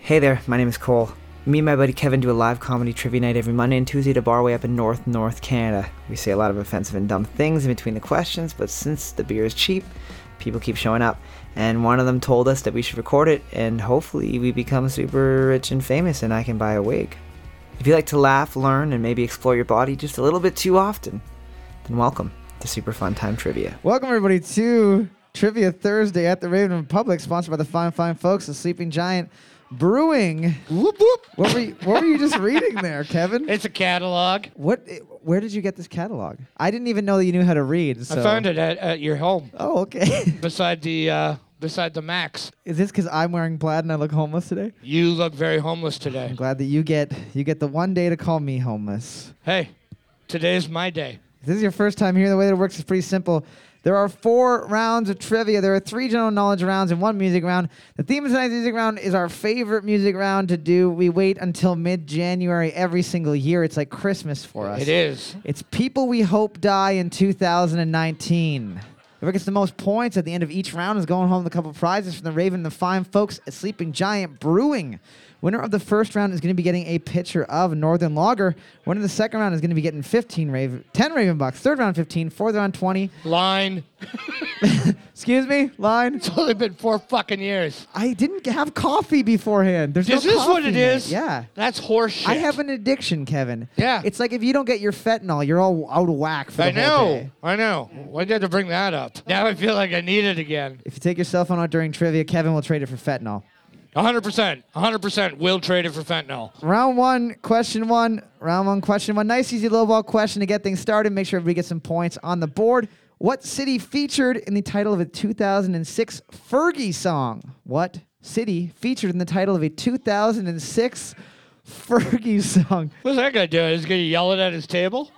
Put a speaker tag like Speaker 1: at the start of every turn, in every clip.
Speaker 1: Hey there, my name is Cole. Me and my buddy Kevin do a live comedy trivia night every Monday and Tuesday at a bar way up in North, North Canada. We say a lot of offensive and dumb things in between the questions, but since the beer is cheap, people keep showing up. And one of them told us that we should record it, and hopefully we become super rich and famous and I can buy a wig. If you like to laugh, learn, and maybe explore your body just a little bit too often, then welcome to Super Fun Time Trivia.
Speaker 2: Welcome everybody to Trivia Thursday at the Raven Republic, sponsored by the fine, fine folks at Sleeping Giant Brewing.
Speaker 3: Whoop whoop.
Speaker 2: What were you, what were you just reading there, Kevin?
Speaker 3: It's a catalog.
Speaker 2: What? Where did you get this catalog? I didn't even know that you knew how to read. So.
Speaker 3: I found it at, at your home
Speaker 2: Oh, okay.
Speaker 3: beside the uh, beside the Max.
Speaker 2: Is this because I'm wearing plaid and I look homeless today?
Speaker 3: You look very homeless today.
Speaker 2: I'm glad that you get you get the one day to call me homeless.
Speaker 3: Hey, today's my day.
Speaker 2: If this is your first time here, the way that it works is pretty simple. There are four rounds of trivia. There are three general knowledge rounds and one music round. The theme of tonight's music round is our favorite music round to do. We wait until mid January every single year. It's like Christmas for us.
Speaker 3: It is.
Speaker 2: It's people we hope die in 2019. Whoever gets the most points at the end of each round is going home with a couple prizes from the Raven and the fine folks at Sleeping Giant Brewing. Winner of the first round is going to be getting a pitcher of Northern Lager. Winner of the second round is going to be getting 15 Raven, 10 Raven bucks. Third round 15, fourth round 20.
Speaker 3: Line.
Speaker 2: Excuse me, line.
Speaker 3: It's only been four fucking years.
Speaker 2: I didn't have coffee beforehand. There's
Speaker 3: Is
Speaker 2: no
Speaker 3: this what
Speaker 2: coffee in
Speaker 3: it
Speaker 2: it.
Speaker 3: is?
Speaker 2: Yeah.
Speaker 3: That's horseshit.
Speaker 2: I have an addiction, Kevin.
Speaker 3: Yeah.
Speaker 2: It's like if you don't get your fentanyl, you're all out of whack for the
Speaker 3: I
Speaker 2: whole
Speaker 3: know.
Speaker 2: day.
Speaker 3: I know. Why did I bring that up? Now I feel like I need it again.
Speaker 2: If you take your cell phone out during trivia, Kevin will trade it for fentanyl.
Speaker 3: 100%. 100% will trade it for fentanyl.
Speaker 2: Round one, question one. Round one, question one. Nice, easy, lowball question to get things started. Make sure everybody gets some points on the board. What city featured in the title of a 2006 Fergie song? What city featured in the title of a 2006 Fergie song?
Speaker 3: What's that guy doing? He's going to yell it at his table?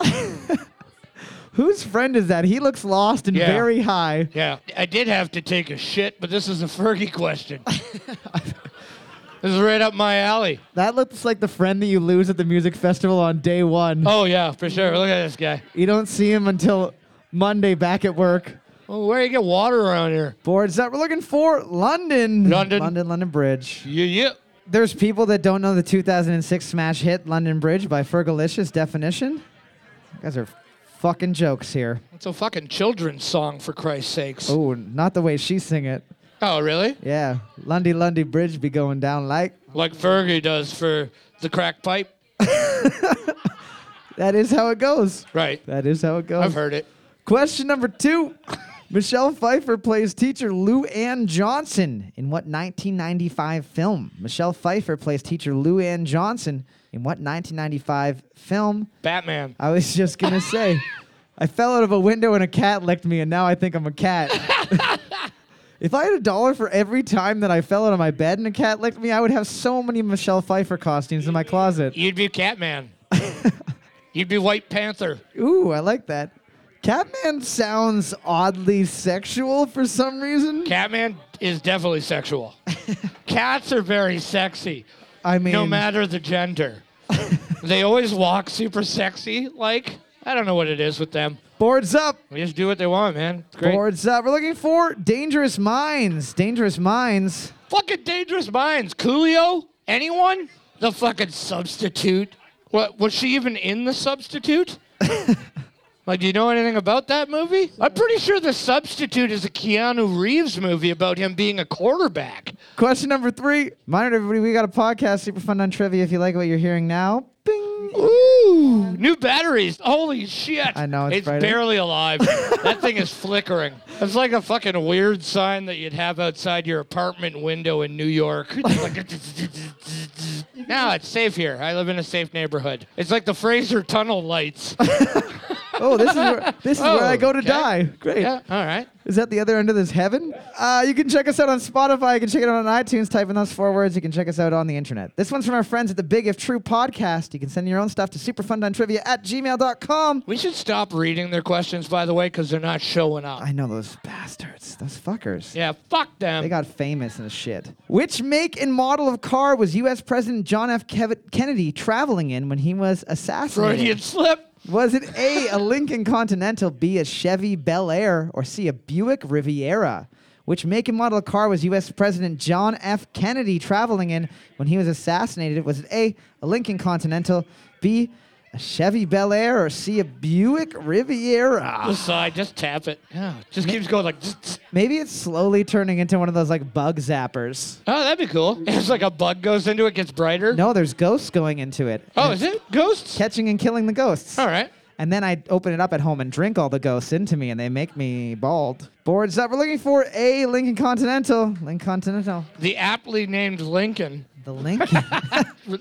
Speaker 2: Whose friend is that? He looks lost and
Speaker 3: Yeah.
Speaker 2: very high.
Speaker 3: Yeah, I did have to take a shit, but this is a Fergie question. this is right up my alley.
Speaker 2: That looks like the friend that you lose at the music festival on day one.
Speaker 3: Oh yeah, for sure. Look at this guy.
Speaker 2: You don't see him until Monday back at work.
Speaker 3: Oh, where you get water around here?
Speaker 2: Boards that we're looking for London.
Speaker 3: London.
Speaker 2: London, London Bridge.
Speaker 3: Yeah, yeah.
Speaker 2: There's people that don't know the 2006 smash hit London Bridge by Fergalicious definition. You guys are fucking jokes here.
Speaker 3: It's a fucking children's song for Christ's sakes. Oh,
Speaker 2: Oh, not the way she sing it.
Speaker 3: really?
Speaker 2: Yeah, Lundy Lundy Bridge be going down like.
Speaker 3: Like Fergie does for the crack pipe?
Speaker 2: That is how it goes.
Speaker 3: Right.
Speaker 2: That is how it goes.
Speaker 3: I've heard it.
Speaker 2: Question number two. Michelle Pfeiffer plays teacher Lou Ann Johnson in what 1995 film? Michelle Pfeiffer plays teacher Lou Ann Johnson in what 1995 film?
Speaker 3: Batman.
Speaker 2: I was just gonna say, I fell out of a window and a cat licked me, and now I think I'm a cat. if I had a dollar for every time that I fell out of my bed and a cat licked me, I would have so many Michelle Pfeiffer costumes in my closet.
Speaker 3: You'd be Catman. You'd be White Panther.
Speaker 2: Ooh, I like that. Catman sounds oddly sexual for some reason.
Speaker 3: Catman is definitely sexual. Cats are very sexy.
Speaker 2: I mean,
Speaker 3: no matter the gender. they always walk super sexy. Like I don't know what it is with them.
Speaker 2: boards up.
Speaker 3: They just do what they want, man. It's great.
Speaker 2: Boards up. We're looking for Dangerous Minds. Dangerous Minds.
Speaker 3: Fucking dangerous minds. Coolio. Anyone? The fucking substitute. What was she even in the substitute? like, do you know anything about that movie? I'm pretty sure the substitute is a Keanu Reeves movie about him being a quarterback.
Speaker 2: Question number three. Reminder, everybody, we got a podcast, super fun on trivia. If you like what you're hearing now, bing.
Speaker 3: Ooh, new batteries. Holy shit.
Speaker 2: I know, it's
Speaker 3: It's
Speaker 2: Friday.
Speaker 3: barely alive. that thing is flickering. It's like a fucking weird sign that you'd have outside your apartment window in New York. It's like a no, it's safe here. I live in a safe neighborhood. It's like the Fraser Tunnel lights.
Speaker 2: Oh, this is where, this is where I
Speaker 3: Oh,
Speaker 2: go to
Speaker 3: okay.
Speaker 2: die. Great.
Speaker 3: yeah, all right.
Speaker 2: Is that the other end of this heaven? Uh, you can check us out on Spotify. You can check it out on iTunes. Type in those four words. You can check us out on the internet. This one's from our friends at the Big If True podcast. You can send your own stuff to superfundontrivia at gmail.com.
Speaker 3: We should stop reading their questions, by the way, because they're not showing up.
Speaker 2: I know those bastards, those fuckers.
Speaker 3: Yeah, fuck them.
Speaker 2: They got famous and shit. Which make and model of car was U.S. President John F. Kev- Kennedy traveling in when he was assassinated?
Speaker 3: Freudian slip.
Speaker 2: Was it A, a Lincoln Continental, B, a Chevy Bel Air, or C, a Buick Riviera? Which make and model of car was U.S. President John F. Kennedy traveling in when he was assassinated? Was it A, a Lincoln Continental, B, a Chevy Bel Air, or C, a Buick Riviera?
Speaker 3: The side, just tap it. Yeah, just keeps going like. tsk, tsk.
Speaker 2: Maybe it's slowly turning into one of those like bug zappers.
Speaker 3: Oh, that'd be cool. It's like a bug goes into it, gets brighter.
Speaker 2: No, there's ghosts going into it.
Speaker 3: Oh, is it ghosts?
Speaker 2: Catching and killing the ghosts.
Speaker 3: All right.
Speaker 2: And then I open it up at home and drink all the ghosts into me, and they make me bald. Boards up. We're looking for a Lincoln Continental. Lincoln Continental.
Speaker 3: The aptly named Lincoln.
Speaker 2: The Lincoln.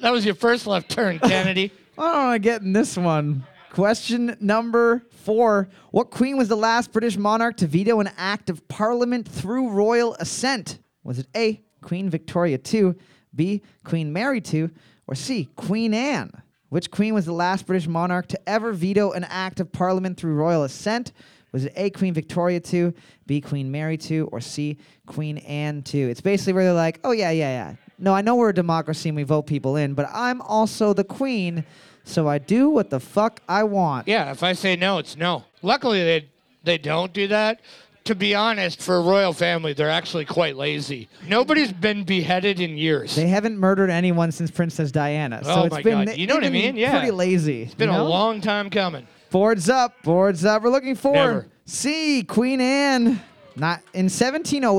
Speaker 3: That was your first left turn, Kennedy.
Speaker 2: I don't want to get in this one. Question number four What queen was the last British monarch to veto an act of parliament through royal assent? Was it A, Queen Victoria II, B, Queen Mary II, or C, Queen Anne? Which queen was the last British monarch to ever veto an act of parliament through royal assent? Was it A, Queen Victoria II, B, Queen Mary II, or C, Queen Anne II? It's basically where they're like, oh, yeah, yeah, yeah. No, I know we're a democracy and we vote people in, but I'm also the queen, so I do what the fuck I want.
Speaker 3: Yeah, if I say no, it's no. Luckily, they they don't do that. To be honest, for a royal family, they're actually quite lazy. Nobody's been beheaded in years.
Speaker 2: They haven't murdered anyone since Princess Diana, so
Speaker 3: Oh
Speaker 2: it's
Speaker 3: my
Speaker 2: been
Speaker 3: God. You know what I
Speaker 2: they've been
Speaker 3: mean? Yeah.
Speaker 2: pretty lazy. It's
Speaker 3: been a long time coming.
Speaker 2: Boards up, boards up. We're looking for
Speaker 3: Never.
Speaker 2: C, Queen Anne. Not in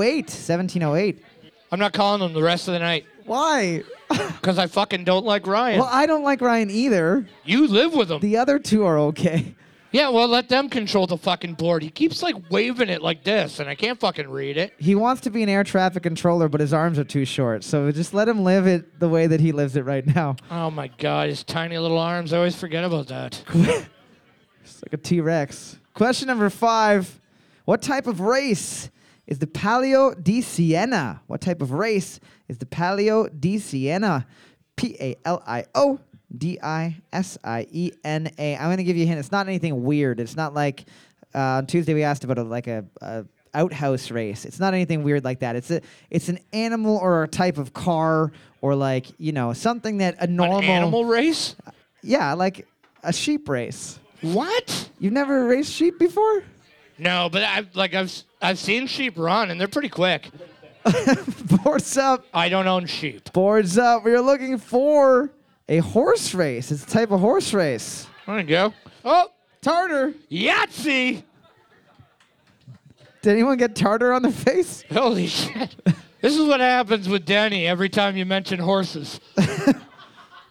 Speaker 2: 1708. 1708.
Speaker 3: I'm not calling them the rest of the night
Speaker 2: Why?
Speaker 3: because I fucking don't like Ryan.
Speaker 2: Well, I don't like Ryan either.
Speaker 3: you live with him.
Speaker 2: The other two are okay.
Speaker 3: yeah, well, let them control the fucking board. He keeps like waving it like this, and I can't fucking read it.
Speaker 2: He wants to be an air traffic controller, but his arms are too short. So just let him live it the way that he lives it right now.
Speaker 3: Oh my god, his tiny little arms. I always forget about that.
Speaker 2: It's like a T Rex. Question number five What type of race is the Palio di Siena? What type of race is the Palio di Siena? P A L I O D I S I E N A. I'm going to give you a hint. It's not anything weird. It's not like uh, on Tuesday we asked about a, like a. a outhouse race it's not anything weird like that it's a it's an animal or a type of car or like you know something that a normal
Speaker 3: An animal race?
Speaker 2: yeah like a sheep race
Speaker 3: What?
Speaker 2: you've never raced sheep before
Speaker 3: No, but I like I've s- I've seen sheep run, and they're pretty quick.
Speaker 2: Boards up,
Speaker 3: I don't own sheep.
Speaker 2: boards up. We are looking for a horse race. It's a type of horse race.
Speaker 3: There you go. Oh,
Speaker 2: Tartar.
Speaker 3: Yahtzee!
Speaker 2: Did anyone get tartar on their face?
Speaker 3: Holy shit. This is what happens with Danny every time you mention horses.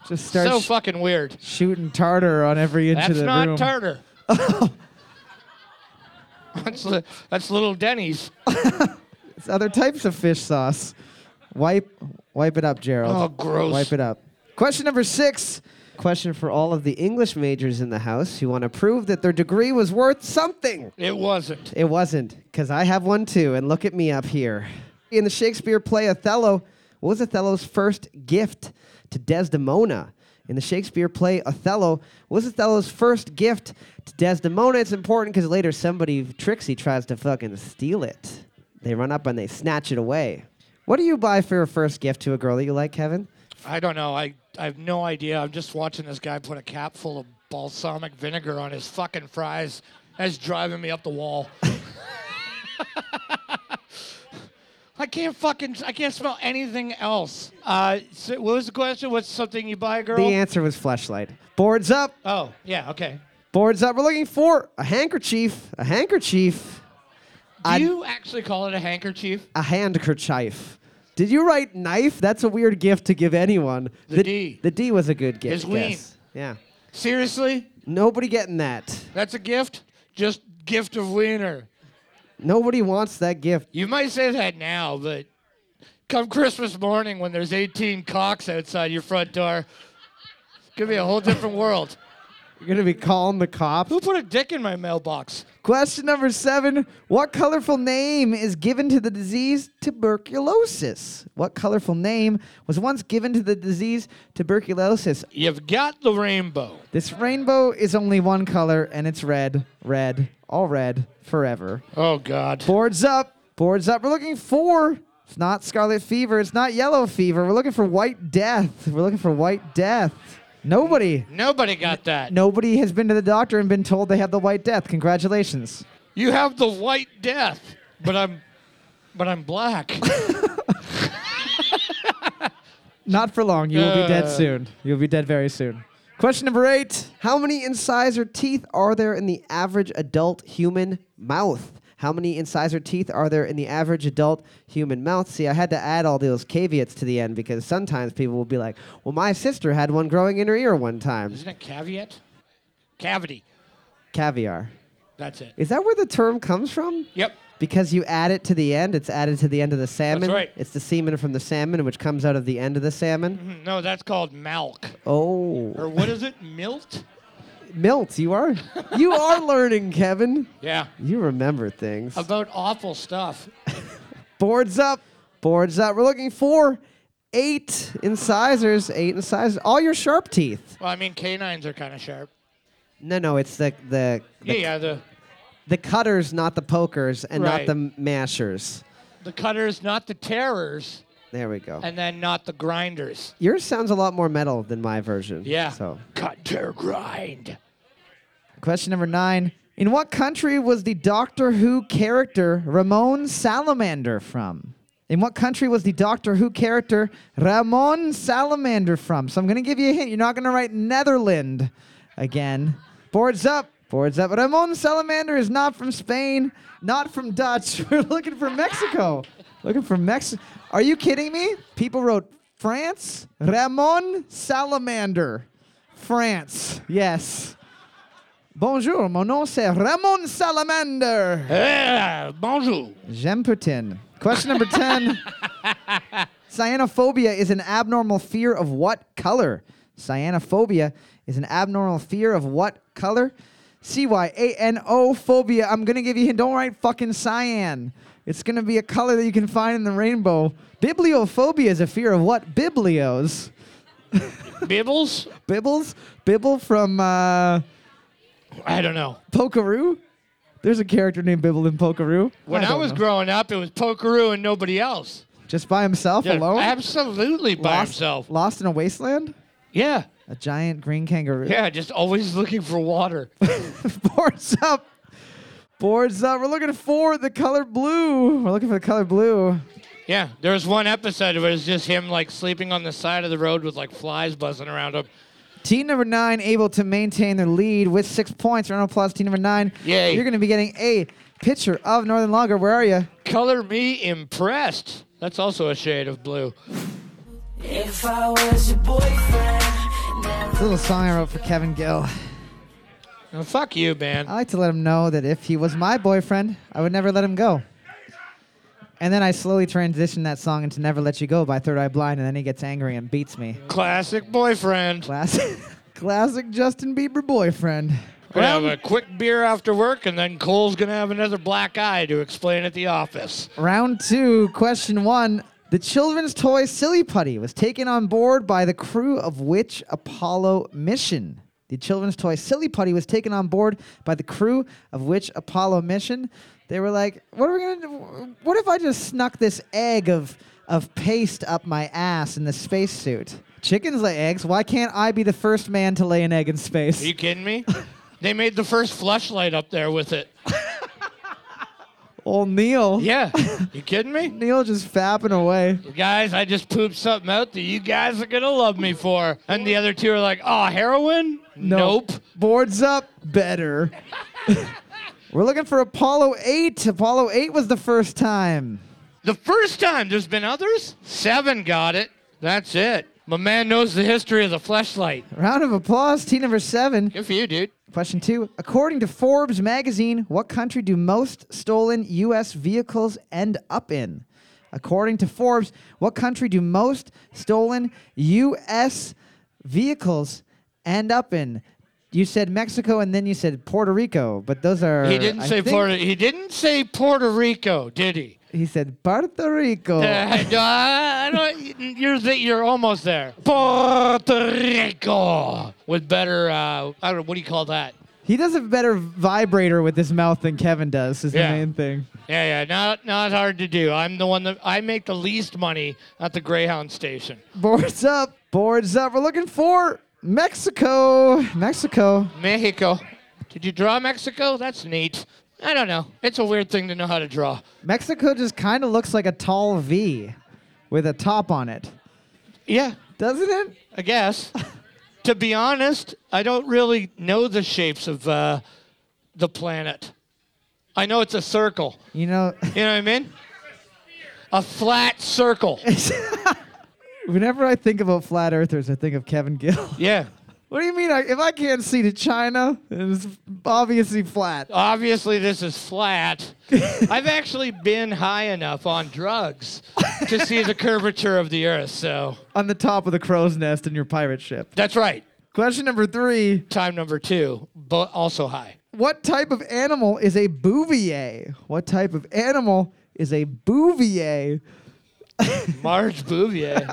Speaker 2: Just start
Speaker 3: So
Speaker 2: sh-
Speaker 3: fucking weird.
Speaker 2: shooting tartar on every inch of
Speaker 3: That's
Speaker 2: the
Speaker 3: not
Speaker 2: room.
Speaker 3: tartar. that's, li- that's little Denny's.
Speaker 2: it's other types of fish sauce. Wipe, wipe it up, Gerald.
Speaker 3: Oh, gross.
Speaker 2: Wipe it up. Question number six.
Speaker 1: Question for all of the English majors in the house who want to prove that their degree was worth something.
Speaker 3: It wasn't.
Speaker 1: It wasn't, because I have one too, and look at me up here.
Speaker 2: In the Shakespeare play Othello,
Speaker 1: What was Othello's first gift to Desdemona? In the Shakespeare play Othello, what was Othello's first gift to Desdemona? It's important because later somebody, Trixie, tries to fucking steal it. They run up and they snatch it away. What do you buy for your first gift to a girl that you like, Kevin?
Speaker 3: I don't know. I, I have no idea. I'm just watching this guy put a cap full of balsamic vinegar on his fucking fries. That's driving me up the wall. I can't fucking, I can't smell anything else. Uh, so what was the question? What's something you buy a girl?
Speaker 2: the answer was flashlight. Boards up,
Speaker 3: Oh, yeah, okay.
Speaker 2: boards up. We're looking for
Speaker 1: A handkerchief. A handkerchief.
Speaker 3: Do
Speaker 1: I'd-
Speaker 3: you actually call it a handkerchief?
Speaker 1: A handkerchief. Did you write knife? That's a weird gift to give anyone.
Speaker 3: The D.
Speaker 1: The D was a good gift.
Speaker 3: It's lean.
Speaker 1: yes. Yeah.
Speaker 3: Seriously?
Speaker 1: Nobody getting that.
Speaker 3: That's a gift? Just gift of wiener.
Speaker 1: Nobody wants that gift.
Speaker 3: You might say that now, but come Christmas morning when there's 18 cocks outside your front door, it's gonna be a whole different world.
Speaker 1: You're gonna be calling the cops.
Speaker 3: Who put a dick in my mailbox?
Speaker 2: Question number seven What colorful name is given to the disease tuberculosis? What colorful name was once given to the disease tuberculosis?
Speaker 3: You've got the rainbow.
Speaker 2: This rainbow is only one color and it's red, red, all red, forever.
Speaker 3: Oh, God.
Speaker 2: Boards up, boards up. We're looking for. It's not scarlet fever, it's not yellow fever. We're looking for white death. We're looking for white death. Nobody.
Speaker 3: Nobody got that.
Speaker 2: Nobody has been to the doctor and been told they have the white death. Congratulations.
Speaker 3: You have the white death, but I'm but I'm black.
Speaker 2: Not for long. You will be dead
Speaker 3: Uh.
Speaker 2: soon. You'll be dead very soon. Question number eight.
Speaker 4: How many incisor teeth are there in the average adult human mouth? How many incisor teeth are there in the average adult human mouth? See, I had to add all those caveats to the end because sometimes people will be like, well, my sister had one growing in her ear one time.
Speaker 3: Isn't it caveat? Cavity.
Speaker 4: Caviar.
Speaker 3: That's it.
Speaker 4: Is that where the term comes from?
Speaker 3: Yep.
Speaker 4: Because you add it to the end, it's added to the end of the salmon.
Speaker 3: right.
Speaker 4: It's the semen from the salmon, which comes out of the end of the salmon.
Speaker 3: No, that's called milk.
Speaker 4: Oh,
Speaker 3: Or what is it? Milt?
Speaker 4: Milt, you are you are learning, Kevin.
Speaker 3: Yeah.
Speaker 4: You remember things.
Speaker 3: About awful stuff.
Speaker 4: Boards up, boards up. We're looking for eight incisors, eight incisors. All your sharp teeth.
Speaker 3: Well, I mean, canines are kind of sharp.
Speaker 4: No, no, it's the the
Speaker 3: Yeah,
Speaker 4: the,
Speaker 3: yeah, the,
Speaker 4: the cutters, not the pokers, and
Speaker 3: Right.
Speaker 4: not the mashers.
Speaker 3: the cutters, not the terrors,
Speaker 4: There we go.
Speaker 3: and then not the grinders.
Speaker 4: Yours sounds a lot more metal than my version.
Speaker 3: Yeah.
Speaker 4: So,
Speaker 3: Cut, tear, grind.
Speaker 2: Question number nine. In what country was the Doctor Who character Ramon Salamander from? In what country was the Doctor Who character Ramon Salamander from? So I'm going to give you a hint. You're not going to write Netherland again. Boards up. Boards up. Ramon Salamander is not from Spain, not from Dutch. We're looking for Mexico. Looking for Mexico. Are you kidding me? People wrote France, Ramon Salamander. France. Yes. Bonjour, mon nom c'est Ramon Salamander.
Speaker 3: Eh, bonjour.
Speaker 2: J'aime Putin. Question number 10. Cyanophobia is an abnormal fear of what color? Cyanophobia is an abnormal fear of what color? C Y A N O phobia. I'm going to give you a hint. Don't write fucking cyan. It's going to be a color that you can find in the rainbow. Bibliophobia is a fear of what? Biblios.
Speaker 3: Bibbles?
Speaker 2: Bibbles? Bibble from uh,
Speaker 3: I don't know.
Speaker 2: Pokeroo? There's a character named Bibble in Pokeroo.
Speaker 3: When I,
Speaker 2: don't
Speaker 3: was
Speaker 2: know.
Speaker 3: growing up, it was Pokeroo and nobody else.
Speaker 2: Just by himself
Speaker 3: Yeah,
Speaker 2: alone?
Speaker 3: Absolutely by
Speaker 2: lost,
Speaker 3: himself.
Speaker 2: Lost in a wasteland?
Speaker 3: Yeah.
Speaker 2: A giant green kangaroo.
Speaker 3: Yeah, just always looking for water.
Speaker 2: Boards up. Boards up. We're looking for the color blue. We're looking for the color blue.
Speaker 3: yeah, there was one episode where it was just him like sleeping on the side of the road with like flies buzzing around him.
Speaker 2: Team number nine able to maintain their lead with six points. Round of applause, team number nine.
Speaker 3: Yay.
Speaker 2: You're going to be getting a picture of Northern Lager. Where are you?
Speaker 3: Color me impressed. That's also a shade of blue.
Speaker 5: If I was your boyfriend,
Speaker 2: It's a little song I wrote for Kevin Gill.
Speaker 3: Now, fuck you, man.
Speaker 2: I like to let him know that if he was my boyfriend, I would never let him go. And then I slowly transitioned that song into Never Let You Go by Third Eye Blind, and then he gets angry and beats me.
Speaker 3: Classic boyfriend.
Speaker 2: Classic, classic Justin Bieber boyfriend.
Speaker 3: Gonna
Speaker 2: Round,
Speaker 3: have a quick beer after work, and then Cole's gonna have another black eye to explain at the office.
Speaker 2: round two, question one. The children's toy Silly Putty was taken on board by the crew of which Apollo mission? The children's toy Silly Putty was taken on board by the crew of which Apollo mission? They were like, "What are we gonna do? What if I just snuck this egg of of paste up my ass in the spacesuit? Chickens lay eggs. Why can't I be the first man to lay an egg in space?"
Speaker 3: Are you kidding me? they made the first flashlight up there with it.
Speaker 2: Old Neil.
Speaker 3: Yeah. you kidding me?
Speaker 2: Neil just fapping away.
Speaker 3: Guys, I just pooped something out that you guys are gonna love me for. And the other two are like, oh, heroin? Nope.
Speaker 2: Boards up. Better. We're looking for Apollo 8. Apollo 8 was the first time.
Speaker 3: The first time there's been others? Seven got it. That's it. My man knows the history of the flashlight.
Speaker 2: Round of applause, team number seven.
Speaker 3: Good for you, dude.
Speaker 2: Question two. According to Forbes magazine, what country do most stolen U.S. vehicles end up in? According to Forbes, what country do most stolen U.S. vehicles end up in? You said Mexico and then you said Puerto Rico, but those are.
Speaker 3: He didn't
Speaker 2: I
Speaker 3: say
Speaker 2: think-
Speaker 3: Puerto. He didn't say Puerto Rico, did he?
Speaker 2: He said Puerto Rico.
Speaker 3: Uh, no, I I don't. You're th- you're almost there. Puerto Rico with better. Uh, I don't. know, What do you call that?
Speaker 2: He does a better vibrator with his mouth than Kevin does, is
Speaker 3: Yeah.
Speaker 2: the main thing.
Speaker 3: Yeah, yeah. Not not hard to do. I'm the one that I make the least money at the Greyhound station.
Speaker 2: Boards up, boards up. We're looking for Mexico. Mexico.
Speaker 3: Mexico. Did you draw Mexico? That's neat. I don't know. It's a weird thing to know how to draw.
Speaker 2: Mexico just kind of looks like a tall V with a top on it,
Speaker 3: Yeah,
Speaker 2: doesn't it?
Speaker 3: I guess. to be honest, I don't really know the shapes of uh, the planet. I know it's a circle.
Speaker 2: You know,
Speaker 3: You know what I mean? A flat circle.
Speaker 2: whenever I think about flat earthers, I think of Kevin Gill.
Speaker 3: yeah.
Speaker 2: what do you mean? I, if I can't see to China, it's obviously flat.
Speaker 3: Obviously, this is flat. I've actually been high enough on drugs to see the curvature of the earth. So
Speaker 2: On the top of the crow's nest in your pirate ship.
Speaker 3: that's right.
Speaker 2: Question number three
Speaker 3: Time number two, but also high.
Speaker 2: What type of animal is a bouvier? What type of animal is a bouvier?
Speaker 3: Marge Bouvier.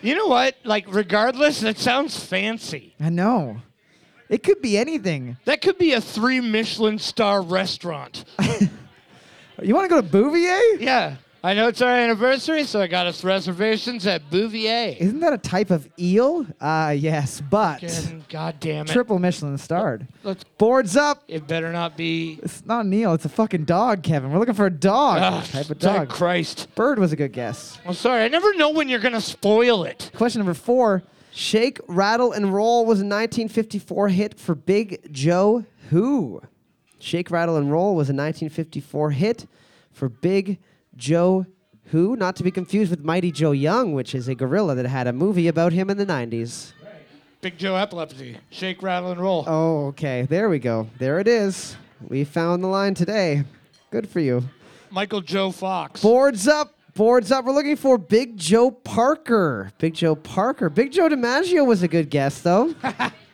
Speaker 3: you know what? Like, regardless, that sounds fancy.
Speaker 2: I know. It could be anything.
Speaker 3: That could be a three Michelin star restaurant.
Speaker 2: You want to go to Bouvier?
Speaker 3: yeah. I know it's our anniversary, so I got us reservations at Bouvier.
Speaker 2: Isn't that a type of eel? Uh, yes, but
Speaker 3: Again, God damn it.
Speaker 2: triple Michelin starred.
Speaker 3: Let's-
Speaker 2: Boards up.
Speaker 3: It better not be.
Speaker 2: It's not an eel. It's a fucking dog, Kevin. We're looking for a dog.
Speaker 3: Ah,
Speaker 2: type of dog.
Speaker 3: thank Christ.
Speaker 2: Bird was a good guess.
Speaker 3: I'm sorry. I never know when you're going to spoil it.
Speaker 2: Question number four.
Speaker 4: Shake, Rattle, and Roll was a 1954 hit for Big Joe Who. Shake, Rattle, and Roll was a 1954 hit for Big Joe Who, not to be confused with Mighty Joe Young, which is a gorilla that had a movie about him in the 90s.
Speaker 3: Big Joe epilepsy. Shake, rattle, and roll.
Speaker 4: Oh, okay. There we go. There it is. We found the line today. Good for you.
Speaker 3: Michael Joe Fox.
Speaker 4: Boards up. Boards up. We're looking for Big Joe Parker. Big Joe Parker. Big Joe DiMaggio was a good guess, though.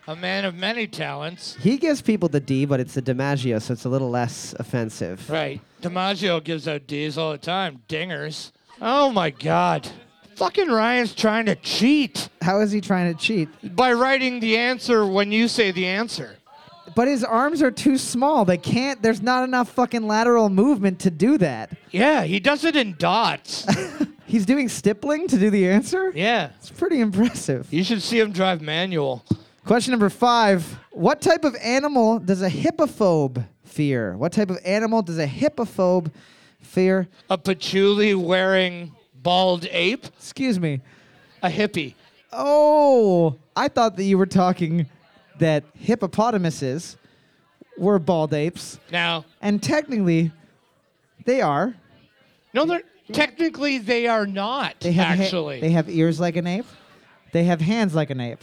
Speaker 3: A man of many talents.
Speaker 4: He gives people the D, but it's the DiMaggio, so it's a little less offensive.
Speaker 3: Right. DiMaggio gives out D's all the time. Dingers. Oh my God. Fucking Ryan's trying to cheat
Speaker 2: How is he trying to cheat?
Speaker 3: by writing the answer when you say the answer.
Speaker 2: But his arms are too small. They can't. There's not enough fucking lateral movement to do that.
Speaker 3: Yeah, he does it in dots.
Speaker 2: He's doing stippling to do the answer.
Speaker 3: yeah.
Speaker 2: It's pretty impressive.
Speaker 3: You should see him drive manual.
Speaker 2: Question number five. What type of animal does a hippophobe fear? What type of animal does a hippophobe fear?
Speaker 3: A patchouli wearing bald ape?
Speaker 2: Excuse me.
Speaker 3: A hippie.
Speaker 2: Oh, I thought that you were talking that hippopotamuses were bald apes,
Speaker 3: Now,
Speaker 2: and technically, they are.
Speaker 3: no, they're technically they are not
Speaker 2: They have ha-
Speaker 3: actually.
Speaker 2: they have ears like an ape. They have hands like an ape.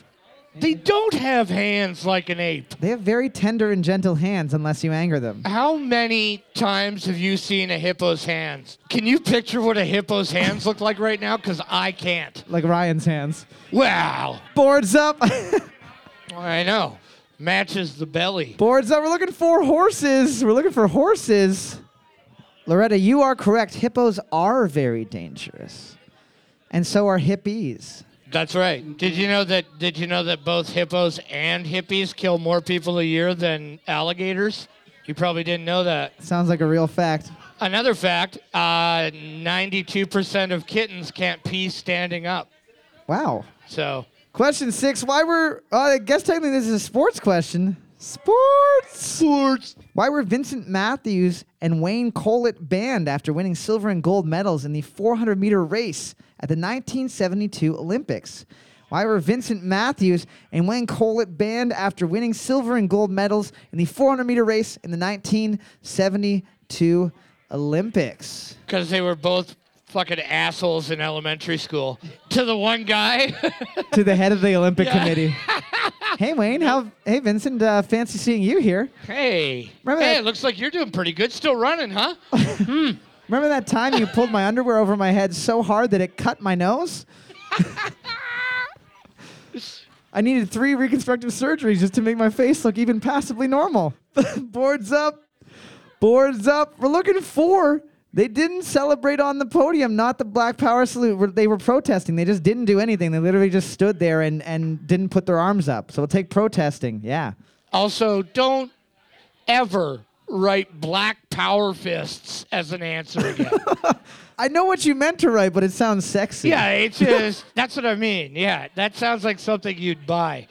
Speaker 3: They don't have hands like an ape.
Speaker 2: They have very tender and gentle hands unless you anger them.
Speaker 3: How many times have you seen a hippo's hands? Can you picture what a hippo's hands look like right now? Because I can't.
Speaker 2: Like Ryan's hands.
Speaker 3: Wow.
Speaker 2: Boards up.
Speaker 3: I know. Matches the belly.
Speaker 2: Boards up. We're looking for horses. We're looking for horses.
Speaker 4: Loretta, you are correct. Hippos are very dangerous.
Speaker 2: And so are hippies.
Speaker 3: That's right. Did you know that? Did you know that both hippos and hippies kill more people a year than alligators? You probably didn't know that.
Speaker 2: Sounds like a real fact.
Speaker 3: Another fact: uh, 92% of kittens can't pee standing up.
Speaker 2: Wow.
Speaker 3: So
Speaker 2: Question six. Why were, uh, I guess technically this is a sports question. Sports. Sports. Why were Vincent Matthews and Wayne Collett banned after winning silver and gold medals in the 400 meter race at the 1972 Olympics? Why were Vincent Matthews and Wayne Collett banned after winning silver and gold medals in the 400 meter race in the 1972 Olympics?
Speaker 3: Because they were both fucking assholes in elementary school. To the one guy,
Speaker 2: to the head of the Olympic Committee. hey Wayne, how? Hey Vincent, uh, fancy seeing you here.
Speaker 3: hey,
Speaker 2: Remember
Speaker 3: hey,
Speaker 2: that-
Speaker 3: it looks like you're doing pretty good. Still running, huh?
Speaker 2: Remember that time you pulled my underwear over my head so hard that it cut my nose? I needed three reconstructive surgeries just to make my face look even passably normal. Boards up. Boards up. We're looking for. They didn't celebrate on the podium, not the Black Power salute. We're- They were protesting. They just didn't do anything. They literally just stood there and, and didn't put their arms up. So we'll take protesting. Yeah.
Speaker 3: Also, don't ever write black power fists as an answer again.
Speaker 2: I know what you meant to write, but it sounds sexy.
Speaker 3: yeah, it's just that's what I mean. Yeah, that sounds like something you'd buy.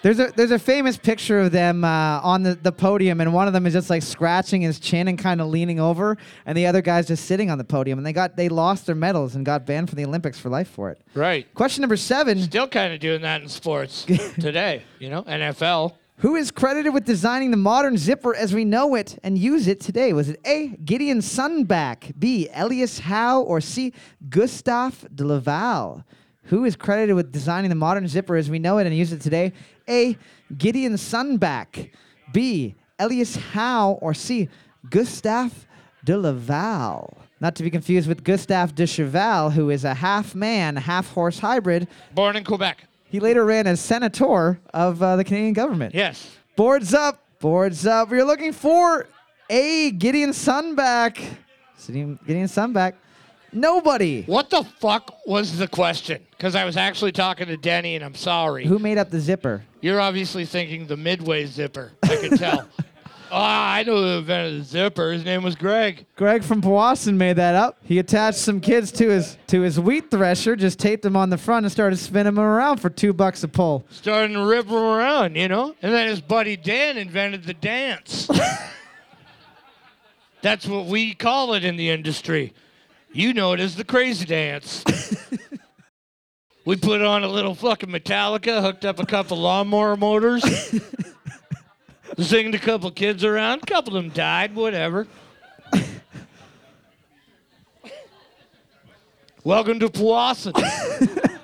Speaker 2: There's a there's a famous picture of them uh, on the, the podium, and one of them is just like scratching his chin and kind of leaning over, and the other guy's just sitting on the podium. And they got they lost their medals and got banned from the Olympics for life for it.
Speaker 3: Right.
Speaker 2: Question number seven:
Speaker 3: Still kind of doing that in sports today, you know, NFL.
Speaker 2: Who is credited with designing the modern zipper as we know it and use it today? Was it A. Gideon Sunback, B. Elias Howe, or C. Gustave de Laval? Who is credited with designing the modern zipper as we know it and use it today? A. Gideon Sunback, B. Elias Howe, or C. Gustave de Laval? Not to be confused with Gustave de Cheval, who is a half man, half horse hybrid.
Speaker 3: Born in Quebec.
Speaker 2: He later ran as senator of uh, the Canadian government.
Speaker 3: Yes.
Speaker 2: Boards up, boards up. We're looking for a Gideon Sunback. Gideon Gideon Sunback. Nobody.
Speaker 3: What the fuck was the question? Because I was actually talking to Denny, and I'm sorry.
Speaker 2: Who made up the zipper?
Speaker 3: You're obviously thinking the Midway zipper. I can tell. Ah, I know the inventor of the zipper. His name was Greg.
Speaker 2: Greg from Powassan made that up. He attached some kids to his to his wheat thresher, just taped them on the front, and started spinning them around for two bucks a pull.
Speaker 3: Starting to rip him around, you know? And then his buddy Dan invented the dance. That's what we call it in the industry. You know it as the crazy dance. we put on a little fucking Metallica, hooked up a couple lawnmower motors, zinged a couple kids around. A couple of them died, whatever. Welcome to Powassan.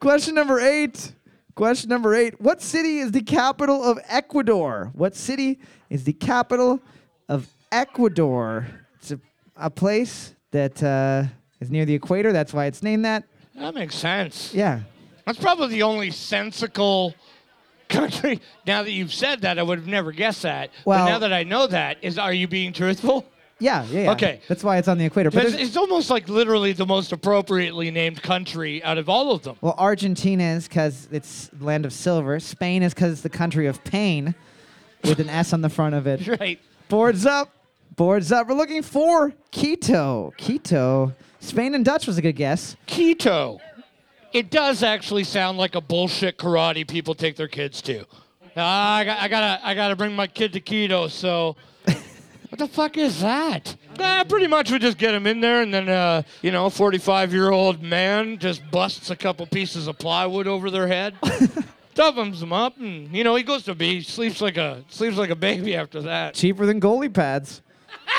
Speaker 2: Question number eight. Question number eight. What city is the capital of Ecuador? What city is the capital of Ecuador? It's a, a place that uh, is near the equator. That's why it's named that.
Speaker 3: that makes sense.
Speaker 2: Yeah.
Speaker 3: That's probably the only sensical country. Now that you've said that, I would have never guessed that.
Speaker 2: Well-
Speaker 3: but now that I know that, is are you being truthful?
Speaker 2: Yeah. Yeah. yeah.
Speaker 3: Okay.
Speaker 2: That's why it's on the equator. But
Speaker 3: It's,
Speaker 2: there's-
Speaker 3: it's almost like literally the most appropriately named country out of all of them.
Speaker 2: well, Argentina is because it's land of silver. Spain is because it's the country of pain, with an S on the front of it.
Speaker 3: Right.
Speaker 2: Boards up. Boards up. We're looking for Quito. Quito. Spain and Dutch was a good guess.
Speaker 3: Quito. It does actually sound like a bullshit karate people take their kids to. Ah, I, got, I gotta, I gotta bring my kid to Quito. So, what the fuck is that? Ah, pretty much we just get him in there, and then uh, you know, 45-year-old man just busts a couple pieces of plywood over their head, toughens them up, and you know he goes to be sleeps like a sleeps like a baby after that.
Speaker 2: cheaper than goalie pads.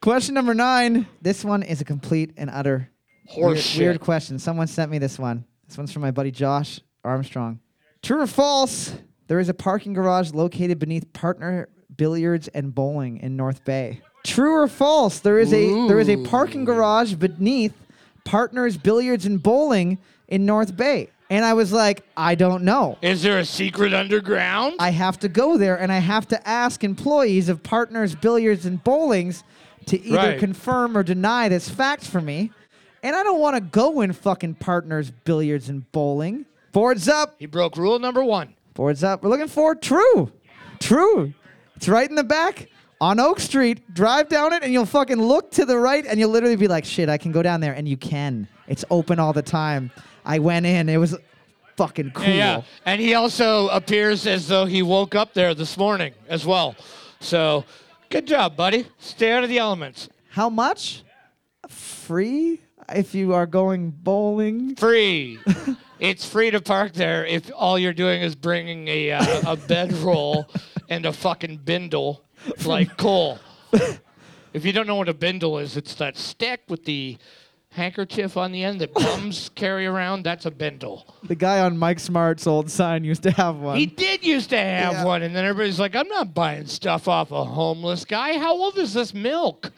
Speaker 2: question number nine. This one is a complete and utter weird,
Speaker 3: Horseshit.
Speaker 2: weird question. Someone sent me this one. This one's from my buddy Josh Armstrong. True or false? There is a parking garage located beneath Partner Billiards and Bowling in North Bay. True or false? There is a there is a parking garage beneath Partners Billiards and Bowling in North Bay. And I was like, I don't know.
Speaker 3: Is there a secret underground?
Speaker 2: I have to go there and I have to ask employees of Partners Billiards and Bowlings to either
Speaker 3: Right.
Speaker 2: confirm or deny this fact for me. And I don't want to go in fucking Partners Billiards and Bowling. Boards up.
Speaker 3: he broke rule number one.
Speaker 2: Boards up. We're looking for true. True. It's right in the back on Oak Street. Drive down it and you'll fucking look to the right and you'll literally be like, shit, I can go down there. And you can. It's open all the time. I went in. It was fucking cool.
Speaker 3: Yeah, yeah. And he also appears as though he woke up there this morning as well. So good job, buddy. Stay out of the elements.
Speaker 2: How much? Free if you are going bowling.
Speaker 3: Free. it's free to park there if all you're doing is bringing a, uh, a bedroll and a fucking bindle like Cole. if you don't know what a bindle is, it's that stick with the handkerchief on the end that bums carry around. That's a bindle.
Speaker 2: The guy on Mike Smart's old sign used to have one.
Speaker 3: He did used to have
Speaker 2: Yeah.
Speaker 3: one, and then everybody's like, "I'm not buying stuff off a homeless guy. How old is this milk?"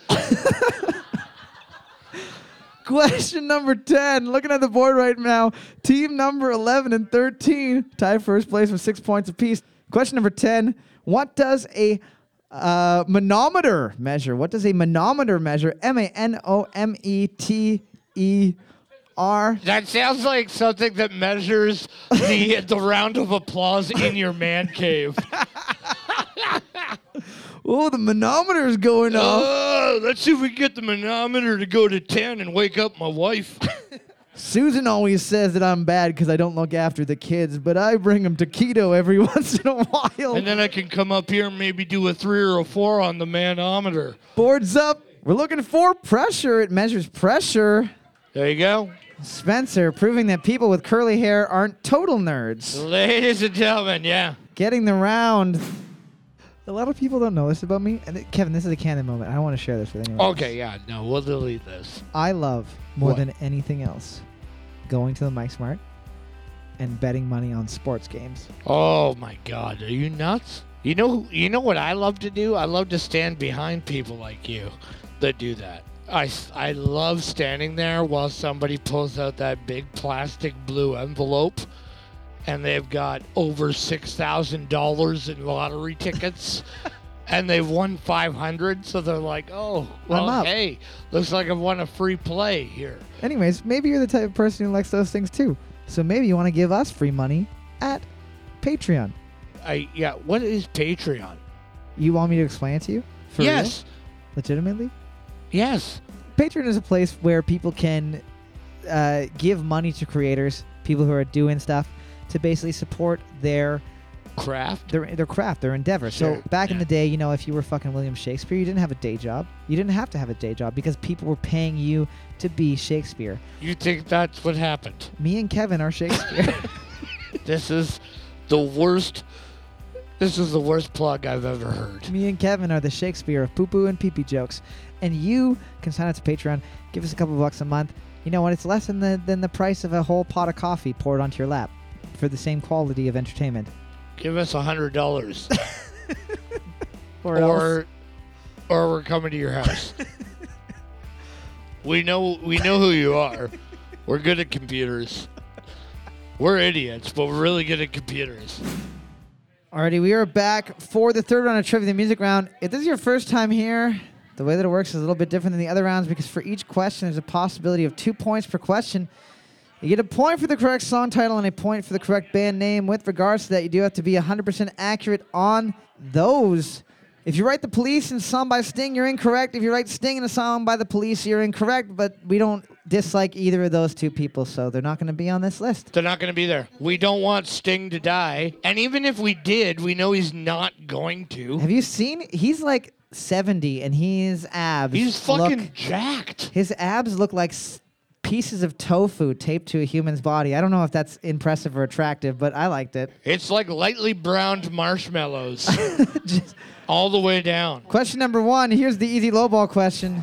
Speaker 2: Question number 10. Looking at the board right now, team number 11 and 13 tie first place with six points apiece. Question number 10. What does a uh, manometer measure? What does a manometer measure? M A N O M E T E R.
Speaker 3: That sounds like something that measures the the round of applause in your man cave.
Speaker 2: Oh, the manometer is going off.
Speaker 3: Uh, Oh, let's see if we can get the manometer to go to ten and wake up my wife.
Speaker 2: Susan always says that I'm bad because I don't look after the kids, but I bring them to keto every once in a while.
Speaker 3: And then I can come up here and maybe do a three or a four on the manometer.
Speaker 2: Boards up. We're looking for pressure. It measures pressure.
Speaker 3: There you go.
Speaker 2: Spencer proving that people with curly hair aren't total nerds.
Speaker 3: Ladies and gentlemen, yeah.
Speaker 2: Getting the round. A lot of people don't know this about me. And th- Kevin, this is a canon moment. I don't want to share this with anyone.
Speaker 3: Okay, yeah, no, we'll delete this.
Speaker 2: I love more
Speaker 3: Oh. What?
Speaker 2: than anything else going to the Mike Smart and betting money on sports games.
Speaker 3: Oh my god, are you nuts? You know you know what I love to do? I love to stand behind people like you that do that. I, s- I love standing there while somebody pulls out that big plastic blue envelope and they've got over $6,000 in lottery tickets and they've won 500 so they're like, "Oh, well,
Speaker 2: up."
Speaker 3: hey, looks like I've won a free play here."
Speaker 2: Anyways, maybe you're the type of person who likes those things too. So maybe you want to give us free money at Patreon.
Speaker 3: I yeah, what is Patreon?
Speaker 2: You want me to explain it to you? For real?
Speaker 3: yes.
Speaker 2: Legitimately?
Speaker 3: Yes.
Speaker 2: Patreon is a place where people can uh, give money to creators, people who are doing stuff, to basically support their
Speaker 3: Craft.
Speaker 2: their, their craft, their endeavor.
Speaker 3: Sure.
Speaker 2: So back in the day, you know, if you were fucking William Shakespeare, you didn't have a day job. You didn't have to have a day job because people were paying you to be Shakespeare.
Speaker 3: You think that's what happened?
Speaker 2: Me and Kevin are Shakespeare.
Speaker 3: This is the worst. This is the worst plug I've ever heard.
Speaker 2: Me and Kevin are the Shakespeare of poo poo and pee pee jokes. And you can sign up to Patreon, give us a couple bucks a month. You know what? It's less than the, than the price of a whole pot of coffee poured onto your lap for the same quality of entertainment.
Speaker 3: Give us a hundred dollars,
Speaker 2: Or, else-
Speaker 3: or or we're coming to your house. we know we know who you are. We're good at computers. We're idiots, but we're really good at computers.
Speaker 2: Alrighty, we are back for the third round of Trivia the Music Round. If this is your first time here, the way that it works is a little bit different than the other rounds because for each question, there's a possibility of two points per question. You get a point for the correct song title and a point for the correct band name. With regards to that, you do have to be 100% accurate on those. If you write The Police in a song by Sting, you're incorrect. If you write Sting in a song by The Police, you're incorrect. But we don't dislike either of those two people, so they're not going to be on this list.
Speaker 3: They're not going to be there. We don't want Sting to die, and even if we did, we know he's not going to.
Speaker 2: Have you seen? He's like 70 and his abs.
Speaker 3: He's fucking
Speaker 2: Look,
Speaker 3: jacked.
Speaker 2: his abs look like s- pieces of tofu taped to a human's body. I don't know if that's impressive or attractive, but I liked it.
Speaker 3: It's like lightly browned marshmallows all the way down.
Speaker 2: Question number one here's the easy lowball question.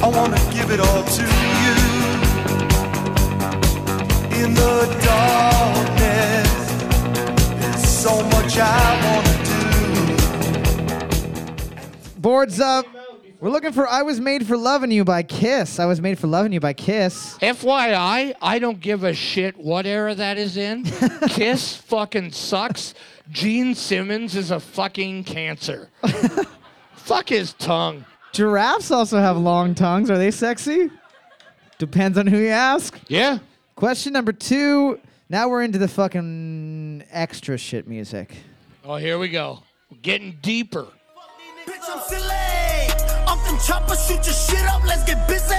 Speaker 6: I wanna give it all to you in the darkness. There's so much I wanna do.
Speaker 2: Boards up. We're looking for I Was Made for Loving You by Kiss. I Was Made for Loving You by Kiss.
Speaker 3: FYI, I don't give a shit what era that is in. Kiss fucking sucks. Gene Simmons is a fucking cancer. Fuck his tongue.
Speaker 2: Giraffes also have long tongues. Are they sexy? Depends on who you ask.
Speaker 3: Yeah.
Speaker 2: Question number two. Now we're into the fucking extra shit music.
Speaker 3: Oh, here we go. Getting deeper.
Speaker 6: Bitch, I'm silly. I'm from Chopper, shoot your shit up, let's get busy.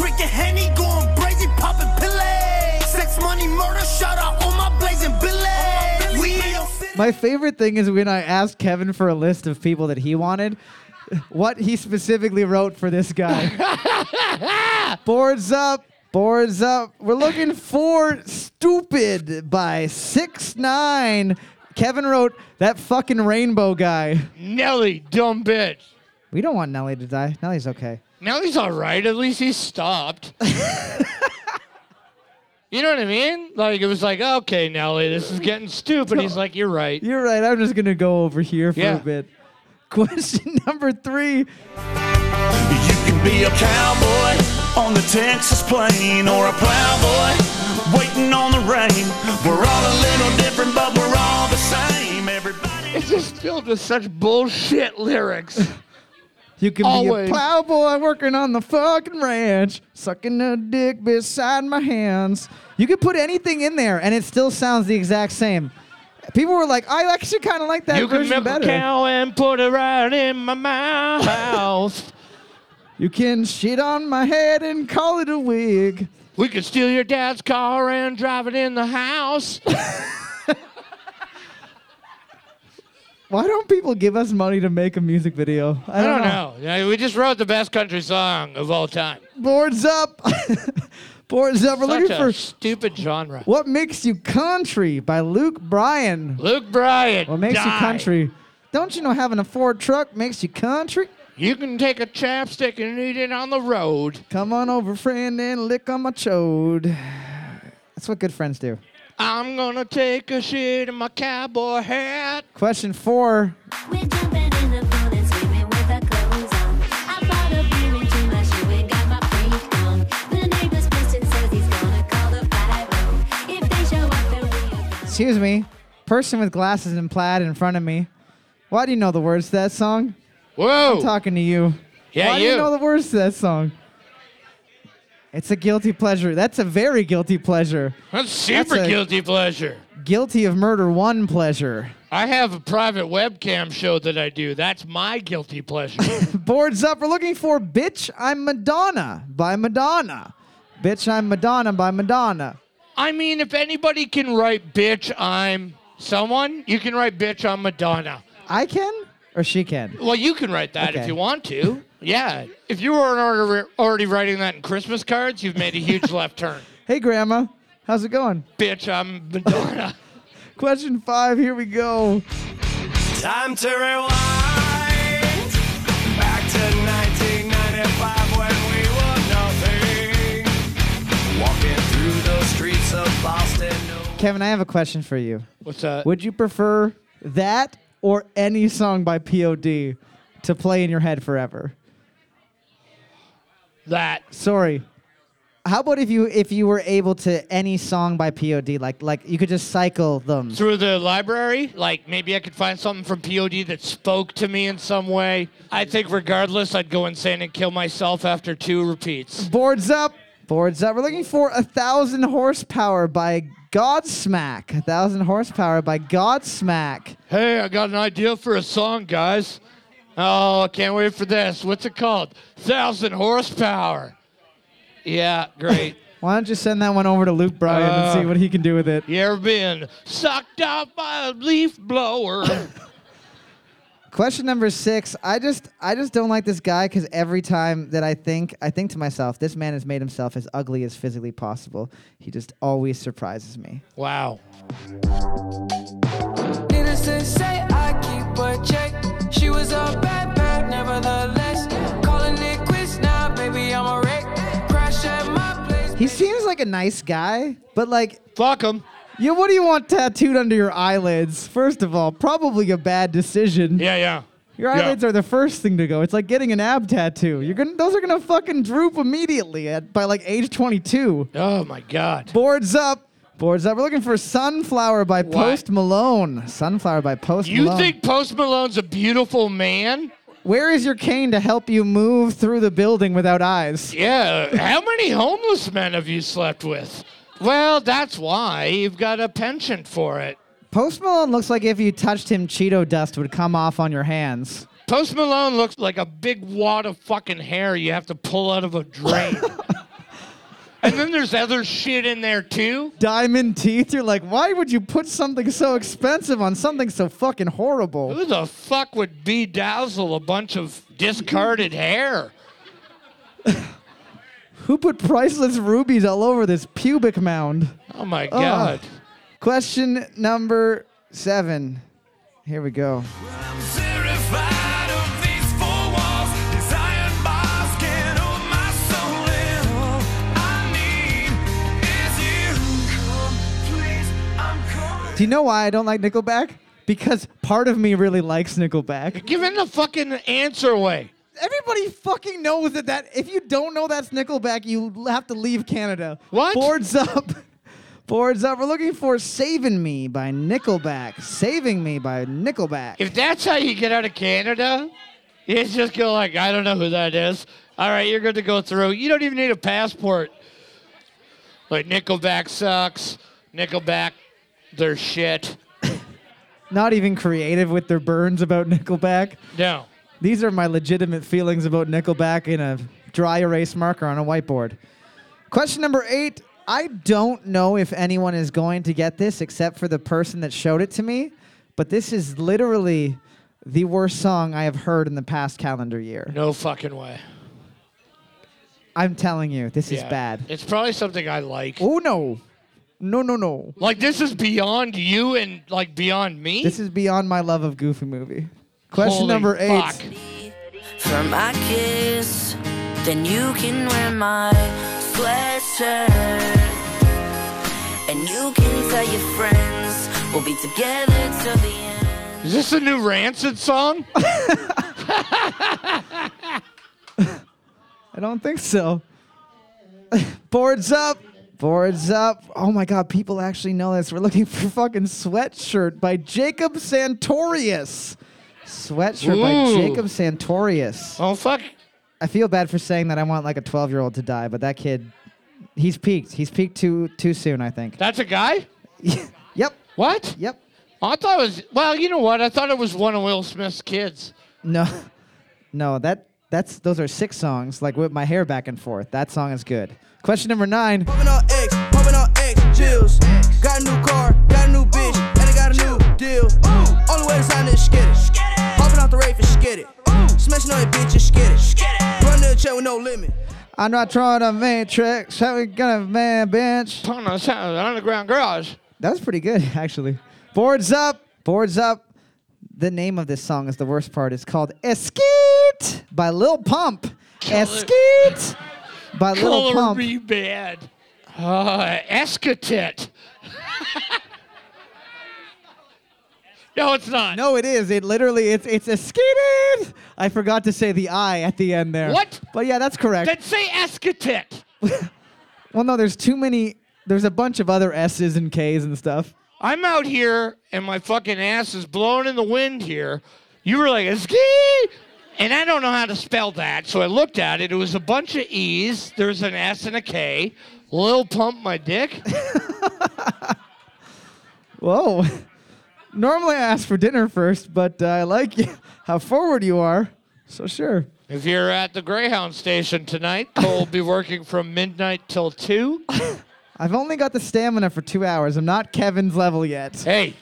Speaker 6: Drinking Henny, going crazy, popping pillay. Sex, money, murder, shout out on my blazing billet. We
Speaker 2: My favorite thing is when I asked Kevin for a list of people that he wanted, what he specifically wrote for this guy. boards up, boards up. We're looking for "Stupid" by Six Nine. Kevin wrote that fucking rainbow guy.
Speaker 3: Nelly, dumb bitch.
Speaker 2: We don't want Nelly to die. Nelly's okay.
Speaker 3: Nelly's all right. At least he stopped. you know what I mean? Like, it was like, okay, Nelly, this is getting stupid. He's like, you're right.
Speaker 2: You're right. I'm just gonna go over here for
Speaker 3: Yeah.
Speaker 2: a bit. Question number three.
Speaker 6: You can be a cowboy on the Texas plain or a plowboy waiting on the rain. We're all a little different, but we're all the same. Everybody.
Speaker 3: It's just filled with such bullshit lyrics.
Speaker 2: You can
Speaker 3: Always.
Speaker 2: be a plowboy working on the fucking ranch, sucking a dick beside my hands. You could put anything in there, and it still sounds the exact same. People were like, "I actually kind of like that
Speaker 3: you can
Speaker 2: version
Speaker 3: milk
Speaker 2: better."
Speaker 3: a cow and put it right in my mouth.
Speaker 2: You can shit on my head and call it a wig.
Speaker 3: We could steal your dad's car and drive it in the house.
Speaker 2: Why don't people give us money to make a music video?
Speaker 3: I don't know. Yeah, We just wrote the best country song of all time.
Speaker 2: Boards up. Boards up. We're
Speaker 3: Such
Speaker 2: looking
Speaker 3: a
Speaker 2: for
Speaker 3: stupid genre.
Speaker 2: What Makes You Country by Luke Bryan.
Speaker 3: Luke Bryan.
Speaker 2: What makes you
Speaker 3: die.
Speaker 2: country? Don't you know having a Ford truck makes you country?
Speaker 3: You can take a chapstick and eat it on the road.
Speaker 2: Come on over, friend, and lick on my chode. That's what good friends do.
Speaker 3: I'm gonna take a shit in my cowboy hat.
Speaker 2: Question four.
Speaker 7: We're jumping in the pool and swimming with our clothes on. I bought a beer and two my shoe and got my freak on. The neighbor's person says he's gonna call the pyro. If they show up, then we are done.
Speaker 2: Excuse me. Person with glasses and plaid in front of me. Why do you know the words to that song?
Speaker 3: Whoa!
Speaker 2: Talking to you.
Speaker 3: yeah,
Speaker 2: Why
Speaker 3: you.
Speaker 2: do you know the words to that song? It's a guilty pleasure. That's a very guilty pleasure.
Speaker 3: That's super
Speaker 2: That's a-
Speaker 3: guilty pleasure.
Speaker 2: Guilty of murder one pleasure.
Speaker 3: I have a private webcam show that I do. That's my guilty pleasure.
Speaker 2: Boards up. We're looking for Bitch I'm Madonna by Madonna. Bitch I'm Madonna by Madonna.
Speaker 3: I mean, if anybody can write "bitch," I'm someone. You can write "bitch," I'm Madonna.
Speaker 2: I can or she can?
Speaker 3: Well, you can write that if
Speaker 2: Okay.
Speaker 3: you want to. Yeah. If you weren't already, already writing that in Christmas cards, you've made a huge left turn.
Speaker 2: Hey, Grandma. How's it going?
Speaker 3: Bitch, I'm Madonna.
Speaker 2: Question five. Here we go.
Speaker 6: Time to rewind back to 1995 when we were nothing. Walking through the streets of Boston.
Speaker 2: Kevin, I have a question for you.
Speaker 3: What's that?
Speaker 2: Would you prefer that or any song by POD to play in your head forever?
Speaker 3: That.
Speaker 2: Sorry. How about if you if you were able to any song by POD like like you could just cycle them?
Speaker 3: Through the library, like maybe I could find something from POD that spoke to me in some way. I think, regardless, I'd go insane and kill myself after two repeats.
Speaker 2: Boards up. Boards up. We're looking for a thousand horsepower by Godsmack. A thousand horsepower by Godsmack.
Speaker 3: Hey, I got an idea for a song, guys. Oh, I can't wait for this. What's it called? Thousand horsepower. Yeah, great.
Speaker 2: Why don't you send that one over to Luke Bryan and see
Speaker 3: Uh,
Speaker 2: what he can do with it?
Speaker 3: You ever been sucked up by a leaf blower?
Speaker 2: Question number six. I just I just don't like this guy because every time that I think I think to myself, this man has made himself as ugly as physically possible. He just always surprises me.
Speaker 3: wow.
Speaker 5: Needless to say, I keep a check. She was a bad bad, nevertheless. Calling it quits now, baby, I'm a wreck. Crash at my place.
Speaker 2: He seems like a nice guy, but like,
Speaker 3: Fuck him.
Speaker 2: yo, what do you want tattooed under your eyelids? First of all, probably a bad decision.
Speaker 3: Yeah, yeah.
Speaker 2: Your eyelids are the first thing to go. It's like getting an ab tattoo. You're gonna those are gonna fucking droop immediately at by like age 22.
Speaker 3: Oh my god.
Speaker 2: Boards up. Boards up. We're looking for Sunflower by
Speaker 3: What?
Speaker 2: Post Malone. Sunflower by Post
Speaker 3: You
Speaker 2: Malone.
Speaker 3: think Post Malone's a beautiful man?
Speaker 2: Where is your cane to help you move through the building without eyes?
Speaker 3: Yeah. How many homeless men have you slept with? Well, that's why you've got a penchant for it.
Speaker 2: Post Malone looks like if you touched him, Cheeto dust would come off on your hands.
Speaker 3: Post Malone looks like a big wad of fucking hair you have to pull out of a drain. and then there's other shit in there too.
Speaker 2: Diamond teeth. You're like, why would you put something so expensive on something so fucking horrible?
Speaker 3: Who the fuck would bedazzle a bunch of discarded hair?
Speaker 2: Who put priceless rubies all over this pubic mound?
Speaker 3: Oh my god.
Speaker 2: Question number seven. Here we go.
Speaker 6: I'm terrified of these four walls. These iron bars can't hold my soul in. All I need is you. Come, please, I'm coming.
Speaker 2: Do you know why I don't like Nickelback? Because part of me really likes Nickelback.
Speaker 3: Giving the fucking answer away.
Speaker 2: Everybody fucking knows that that if you don't know that's Nickelback, you l- have to leave Canada.
Speaker 3: What?
Speaker 2: Boards up. Boards up. We're looking for Saving Me by Nickelback. Saving Me by Nickelback.
Speaker 3: If that's how you get out of Canada, you just go like, I don't know who that is. All right, you're good to go through. You don't even need a passport. Like Nickelback sucks. Nickelback, they're shit.
Speaker 2: Not even creative with their burns about Nickelback.
Speaker 3: No.
Speaker 2: These are my legitimate feelings about Nickelback in a dry erase marker on a whiteboard. Question number eight. I don't know if anyone is going to get this except for the person that showed it to me, but this is literally the worst song I have heard in the past calendar year.
Speaker 3: No fucking way.
Speaker 2: I'm telling you, this is
Speaker 3: Yeah.
Speaker 2: bad.
Speaker 3: It's probably something I like.
Speaker 2: Oh no. No, no, no.
Speaker 3: Like this is beyond you and like beyond me.
Speaker 2: This is beyond my love of Goofy movie. Question
Speaker 3: Holy
Speaker 2: number eight.
Speaker 3: fuck.
Speaker 8: for my kiss. Then you can wear my sweatshirt. And you can tell your friends we'll be together till the end.
Speaker 3: Is this a new Rancid song?
Speaker 2: I don't think so. Boards up. Boards up. Oh my God, people actually know this. We're looking for fucking Sweatshirt by Jacob Santorius. Sweatshirt by
Speaker 3: Ooh.
Speaker 2: Jacob Santorius.
Speaker 3: oh fuck.
Speaker 2: I feel bad for saying that I want like a 12 year old to die, but that kid, he's peaked. He's peaked too too soon, I think.
Speaker 3: That's a guy?
Speaker 2: yep,
Speaker 3: What?
Speaker 2: yep.
Speaker 3: I thought it was well, you know what? I thought it was one of Will Smith's kids.
Speaker 2: No, no, that that's those are six songs. Like whip my hair back and forth. That song is good. Question number nine.
Speaker 9: Pumping on X, pumping on X, chills. Got a new car, got a new bitch, and I got a new deal. Only way to sign is skid it. Popping off the rave is skid it. Smashing on that bitch is skid it. Run to the check with no limit.
Speaker 2: I'm not trying to matrix. How we gonna man bench?
Speaker 3: Turn on the underground garage.
Speaker 2: That was pretty good actually. Boards up, boards up. The name of this song is the worst part. It's called Eskeet by Lil Pump. Eskeet by Lil
Speaker 3: Color
Speaker 2: Pump.
Speaker 3: me bad. Uh, Escatit. no, it's not.
Speaker 2: No, it is. It literally it's it's Eskeeted. I forgot to say the I at the end there.
Speaker 3: What?
Speaker 2: But yeah, that's correct.
Speaker 3: Then say Escatit.
Speaker 2: Well, no, there's too many. There's a bunch of other S's and K's and stuff.
Speaker 3: I'm out here and my fucking ass is blowing in the wind here. You were like, ski. And I don't know how to spell that. So I looked at it. It was a bunch of E's. There's an S and a K. Lil Pump My Dick.
Speaker 2: Whoa. Normally I ask for dinner first, but uh, I like you, how forward you are. So sure.
Speaker 3: If you're at the Greyhound station tonight, Cole will be working from midnight till 2.
Speaker 2: I've only got the stamina for two hours. I'm not Kevin's level yet.
Speaker 3: Hey,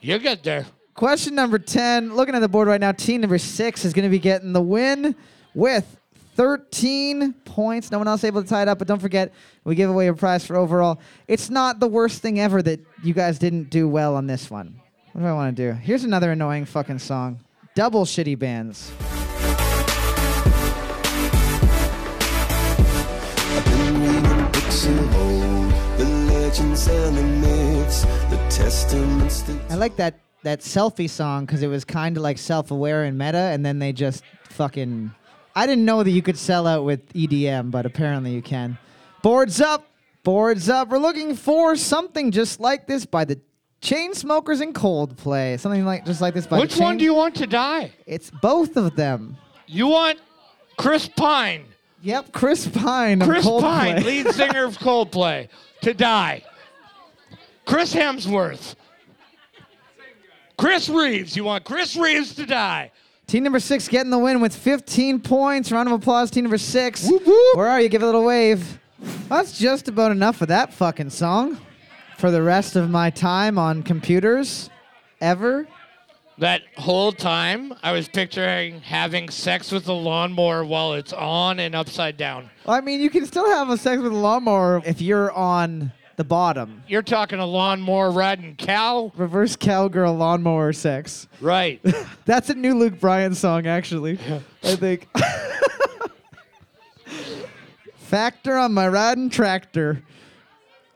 Speaker 3: you get there.
Speaker 2: Question number 10. Looking at the board right now, team number six is going to be getting the win with 13 points. No one else able to tie it up, but don't forget, we give away a prize for overall. It's not the worst thing ever that you guys didn't do well on this one. What do I want to do? Here's another annoying fucking song Double Shitty Bands. I like that that selfie song because it was kind of like self-aware and meta, and then they just fucking. I didn't know that you could sell out with EDM, but apparently you can. Boards up, boards up. We're looking for something just like this by the Chainsmokers and Coldplay. Something like just like this by. the
Speaker 3: Which one
Speaker 2: Chain-
Speaker 3: do you want to die?
Speaker 2: It's both of them.
Speaker 3: You want Chris Pine.
Speaker 2: Yep, Chris Pine. of
Speaker 3: Chris
Speaker 2: Coldplay.
Speaker 3: Pine, lead singer of Coldplay, to die. Chris Hemsworth. Chris Reeves. You want Chris Reeves to die.
Speaker 2: Team number six getting the win with 15 points. Round of applause, team number six. Where are you? Give a little wave. That's just about enough of that fucking song for the rest of my time on computers ever.
Speaker 3: That whole time, I was picturing having sex with a lawnmower while it's on and upside down.
Speaker 2: Well, I mean, you can still have a sex with a lawnmower if you're on the bottom.
Speaker 3: You're talking a lawnmower riding cow?
Speaker 2: Reverse cowgirl lawnmower sex.
Speaker 3: Right.
Speaker 2: That's a new Luke Bryan song, actually. I think. Factor on my riding tractor.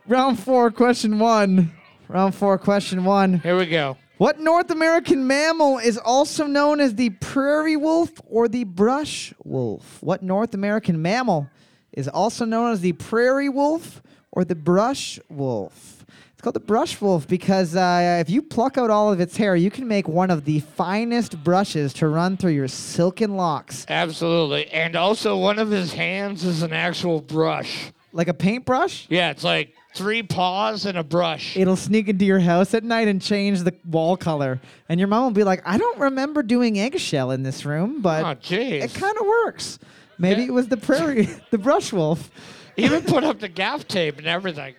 Speaker 2: Round four, question one. Round four, question one.
Speaker 3: Here we go.
Speaker 2: What North American mammal is also known as the prairie wolf or the brush wolf? What North American mammal is also known as the prairie wolf or the brush wolf? It's called the brush wolf because uh, if you pluck out all of its hair, you can make one of the finest brushes to run through your silken locks,
Speaker 3: Absolutely. And also, one of his hands is an actual brush.
Speaker 2: like a paintbrush.
Speaker 3: Yeah, it's like three paws and a brush.
Speaker 2: It'll sneak into your house at night and change the wall color, and your mom will be like, "I don't remember doing eggshell in this room, but."
Speaker 3: Oh, jeez.
Speaker 2: it kind of works. Maybe
Speaker 3: Yeah.
Speaker 2: it was the prairie, the brush wolf.
Speaker 3: Even put up the gaff tape and everything.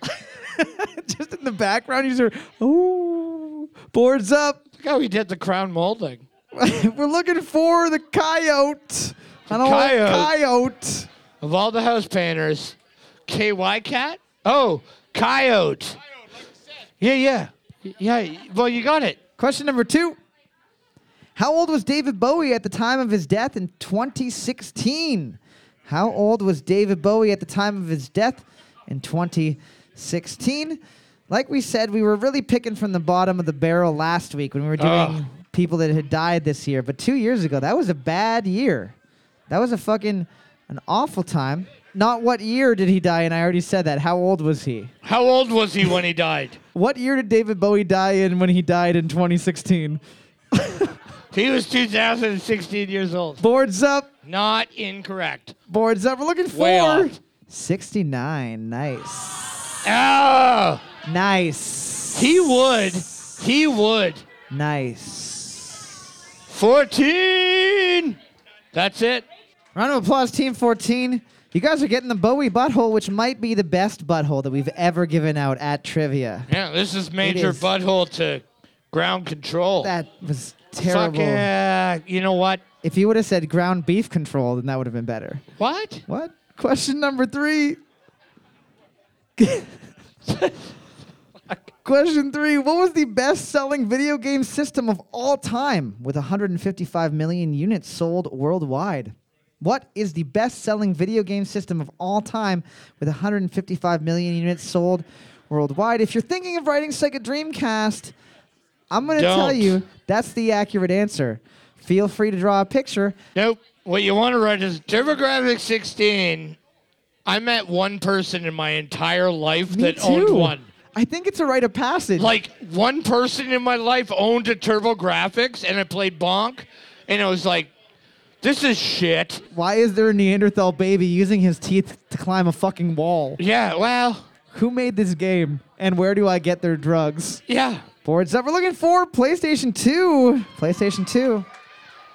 Speaker 2: Just in the background, you just hear, ooh, boards up.
Speaker 3: Look how he did the crown molding.
Speaker 2: We're looking for the coyote. I don't want coyote.
Speaker 3: Of all the house painters, KY Cat? Oh, Coyote. Yeah, yeah. Yeah, well, you got it.
Speaker 2: Question number two. How old was David Bowie at the time of his death in 2016? How old was David Bowie at the time of his death in 2016? Like we said, we were really picking from the bottom of the barrel last week when we were doing
Speaker 3: Ugh.
Speaker 2: people that had died this year. But two years ago, that was a bad year. That was a fucking an awful time. Not what year did he die, and I already said that. How old was he?
Speaker 3: How old was he when he died?
Speaker 2: What year did David Bowie die in when he died in 2016?
Speaker 3: He was 2016 years old.
Speaker 2: Boards up.
Speaker 3: Not incorrect.
Speaker 2: boards up. We're looking
Speaker 3: Way
Speaker 2: for
Speaker 3: off.
Speaker 2: 69. Nice.
Speaker 3: Oh,
Speaker 2: Nice.
Speaker 3: he would. He would.
Speaker 2: Nice.
Speaker 3: 14. That's it.
Speaker 2: Round of applause, Team 14. You guys are getting the Bowie butthole, which might be the best butthole that we've ever given out at trivia.
Speaker 3: Yeah, this is major
Speaker 2: is.
Speaker 3: butthole to ground control.
Speaker 2: That was
Speaker 3: Fuck
Speaker 2: terrible.
Speaker 3: yeah. You know what?
Speaker 2: If you would have said ground beef control, then that would have been better.
Speaker 3: What?
Speaker 2: What? Question number three. Question three What was the best selling video game system of all time with 155 million units sold worldwide? What is the best selling video game system of all time with 155 million units sold worldwide? If you're thinking of writing Sega Dreamcast, I'm going to tell
Speaker 3: Don't.
Speaker 2: you that's the accurate answer. Feel free to draw a picture.
Speaker 3: Nope. What you want to write is TurboGrafx 16. I met one person in my entire life
Speaker 2: Me
Speaker 3: that
Speaker 2: too.
Speaker 3: owned one.
Speaker 2: I think it's a rite of passage.
Speaker 3: Like one person in my life owned a TurboGrafx and I played Bonk and I was like, this is shit.
Speaker 2: Why is there a Neanderthal baby using his teeth to climb a fucking wall?
Speaker 3: Yeah, well,
Speaker 2: Who made this game? And where do I get their drugs?
Speaker 3: yeah.
Speaker 2: Boards up. We're looking for PlayStation 2. PlayStation 2.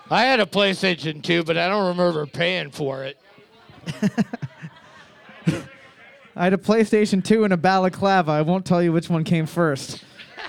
Speaker 3: I had a PlayStation 2, but I don't remember paying for it.
Speaker 2: I had a PlayStation 2 and a balaclava. I won't tell you which one came first.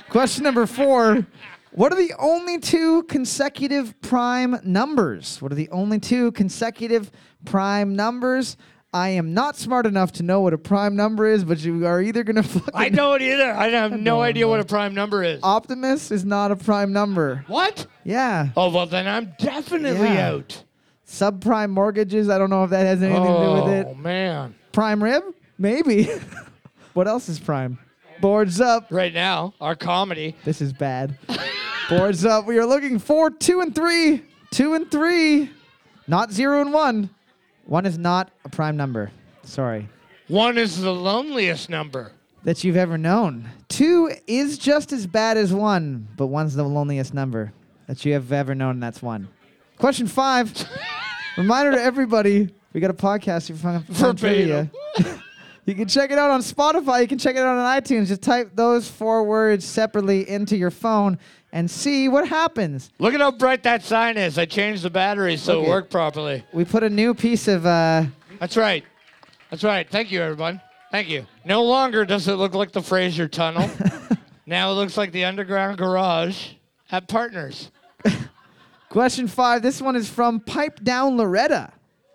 Speaker 2: Question number four What are the only two consecutive prime numbers? What are the only two consecutive prime numbers? I am not smart enough to know what a prime number is, but you are either going to fucking.
Speaker 3: I don't either. I have no idea what a prime number is.
Speaker 2: Uh, Optimus is not a prime number.
Speaker 3: What?
Speaker 2: Yeah.
Speaker 3: Oh, well, then I'm definitely
Speaker 2: Yeah.
Speaker 3: out.
Speaker 2: Subprime mortgages, I don't know if that has anything to do
Speaker 3: Oh,
Speaker 2: with it.
Speaker 3: man.
Speaker 2: Prime rib? Maybe. what else is prime? Boards up.
Speaker 3: Right now, our comedy.
Speaker 2: This is bad. Boards up. We are looking for two and three. Two and three. Not zero and one. One is not a prime number. Sorry.
Speaker 3: One is the loneliest number.
Speaker 2: That you've ever known. Two is just as bad as one, but one's the loneliest number that you have ever known. and That's one. Question five. Reminder to everybody we got a podcast for fun, fun
Speaker 3: Verbatim.
Speaker 2: trivia. You can check it out on Spotify. You can check it out on iTunes. Just type those four words separately into your phone and see what happens.
Speaker 3: Look at how bright that sign is. I changed the battery so
Speaker 2: Look
Speaker 3: it
Speaker 2: it.
Speaker 3: worked properly.
Speaker 2: We put a new piece of uh,
Speaker 3: That's right. That's right. Thank you, everyone. Thank you. No longer does it look like the Fraser Tunnel. now it looks like the underground garage at Partners.
Speaker 2: question five. This one is from Pipe Down Loretta.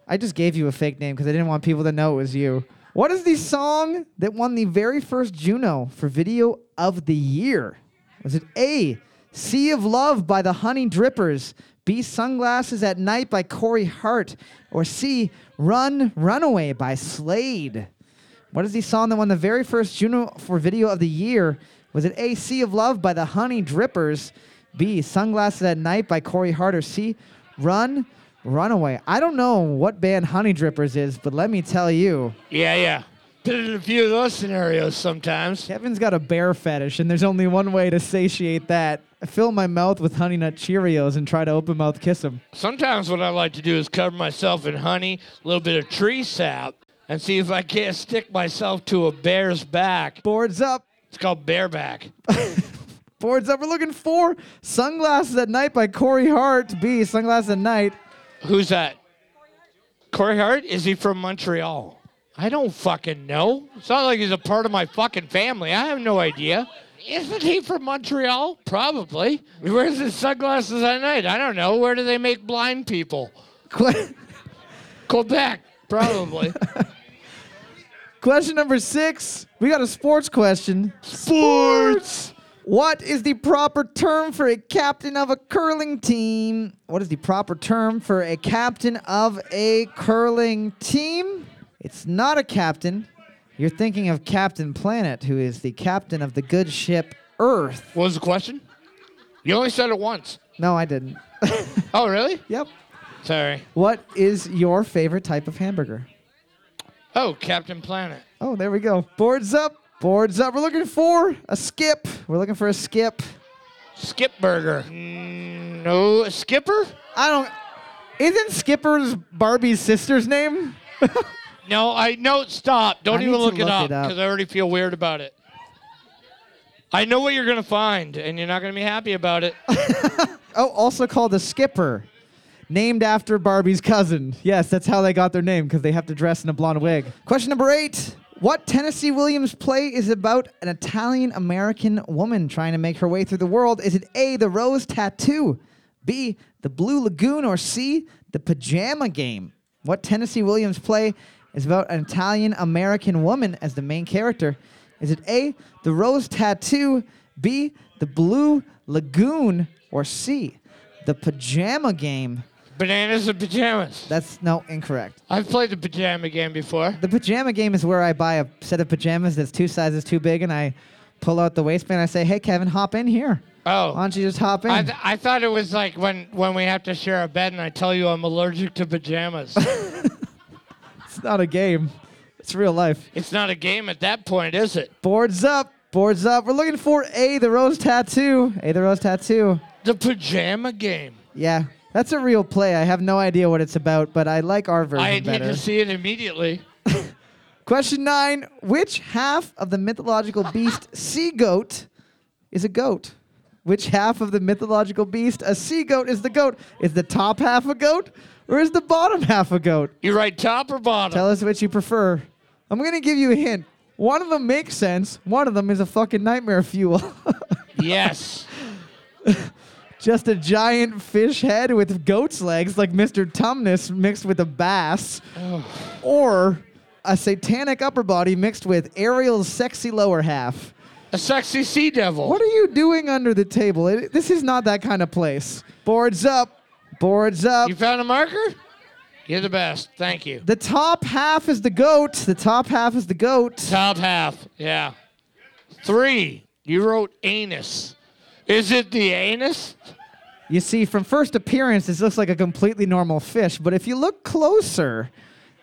Speaker 2: I just gave you a fake name because I didn't want people to know it was you. What is the song that won the very first Juno for Video of the Year? Was it A, Sea of Love by the Honey Drippers, B, Sunglasses at Night by Corey Hart, or C, Run Runaway by Slade? What is the song that won the very first Juno for Video of the Year? Was it A, Sea of Love by the Honey Drippers, B, Sunglasses at Night by Corey Hart, or C, Run, Runaway? I don't know what band Honey Drippers is, but let me tell you,
Speaker 3: Yeah, yeah. Been in a few of those scenarios sometimes.
Speaker 2: Kevin's got a bear fetish, and there's only one way to satiate that. I fill my mouth with Honey Nut Cheerios and try to open mouth kiss them.
Speaker 3: Sometimes what I like to do is cover myself in honey, a little bit of tree sap, and see if I can't stick myself to a bear's back.
Speaker 2: Boards up.
Speaker 3: It's called bareback.
Speaker 2: Boards up. We're looking for Sunglasses at Night by Corey Hart, B, Sunglasses at Night.
Speaker 3: Who's that? Corey Hart? Is he from Montreal? I don't fucking know. It's not like he's a part of my fucking family. I have no idea. Isn't he from Montreal? Probably. He wears his sunglasses at night. I don't know. Where do they make blind people?
Speaker 2: Que-
Speaker 3: Quebec, probably.
Speaker 2: question number six. We got a sports question.
Speaker 3: Sports.
Speaker 2: What is the proper term for a captain of a curling team? What is the proper term for a captain of a curling team? It's not a captain. You're thinking of Captain Planet, who is the captain of the good ship Earth.
Speaker 3: What was the question? You only said it once.
Speaker 2: No, I didn't.
Speaker 3: Oh, really?
Speaker 2: Yep.
Speaker 3: Sorry.
Speaker 2: What is your favorite type of hamburger?
Speaker 3: Oh, Captain Planet.
Speaker 2: Oh, there we go. Boards up. Boards up. We're looking for a skip. We're looking for a skip.
Speaker 3: Skip Burger. Mm, no, Skipper?
Speaker 2: I don't. Isn't Skipper's Barbie's sister's name?
Speaker 3: No, I no. Stop! Don't
Speaker 2: I
Speaker 3: even
Speaker 2: need to
Speaker 3: look, it
Speaker 2: look
Speaker 3: up
Speaker 2: it up.
Speaker 3: because I already feel weird about it. I know what you're gonna find, and you're not gonna be happy about it.
Speaker 2: Oh, also called the Skipper, named after Barbie's cousin. Yes, that's how they got their name because they have to dress in a blonde wig. Question number eight. What Tennessee Williams play is about an Italian American woman trying to make her way through the world? Is it A, the Rose Tattoo, B, the Blue Lagoon, or C, the Pajama Game? What Tennessee Williams play is about an Italian American woman as the main character? Is it A, the Rose Tattoo, B, the Blue Lagoon, or C, the Pajama Game?
Speaker 3: Bananas and pajamas.
Speaker 2: That's no, incorrect.
Speaker 3: I've played the pajama game before.
Speaker 2: The pajama game is where I buy a set of pajamas that's two sizes too big, and I pull out the waistband. And I say, "Hey, Kevin, hop in here.
Speaker 3: Oh,
Speaker 2: Why don't you just hop in?"
Speaker 3: I, th- I thought it was like when when we have to share a bed, and I tell you I'm allergic to pajamas.
Speaker 2: it's not a game; it's real life.
Speaker 3: it's not a game at that point, is it?
Speaker 2: Boards up, boards up. We're looking for a the rose tattoo. A the rose tattoo.
Speaker 3: The pajama game.
Speaker 2: Yeah, that's a real play. I have no idea what it's about, but I like our version
Speaker 3: I need
Speaker 2: better.
Speaker 3: to see it immediately.
Speaker 2: Question nine: Which half of the mythological beast sea goat is a goat? Which half of the mythological beast a sea goat is the goat? Is the top half a goat or is the bottom half a goat?
Speaker 3: You write top or bottom?
Speaker 2: Tell us which you prefer. I'm gonna give you a hint. One of them makes sense. One of them is a fucking nightmare fuel.
Speaker 3: yes.
Speaker 2: Just a giant fish head with goat's legs, like Mr. Tumnus mixed with a bass, or a satanic upper body mixed with Ariel's sexy lower half.
Speaker 3: A sexy sea devil.
Speaker 2: What are you doing under the table? It, this is not that kind of place. Boards up, boards up.
Speaker 3: You found a marker? You're the best. Thank you.
Speaker 2: the top half is the goat. The top half is the goat.
Speaker 3: Top half. Yeah. Three. You wrote anus. Is it the anus?
Speaker 2: You see, from first appearance, this looks like a completely normal fish, but if you look closer,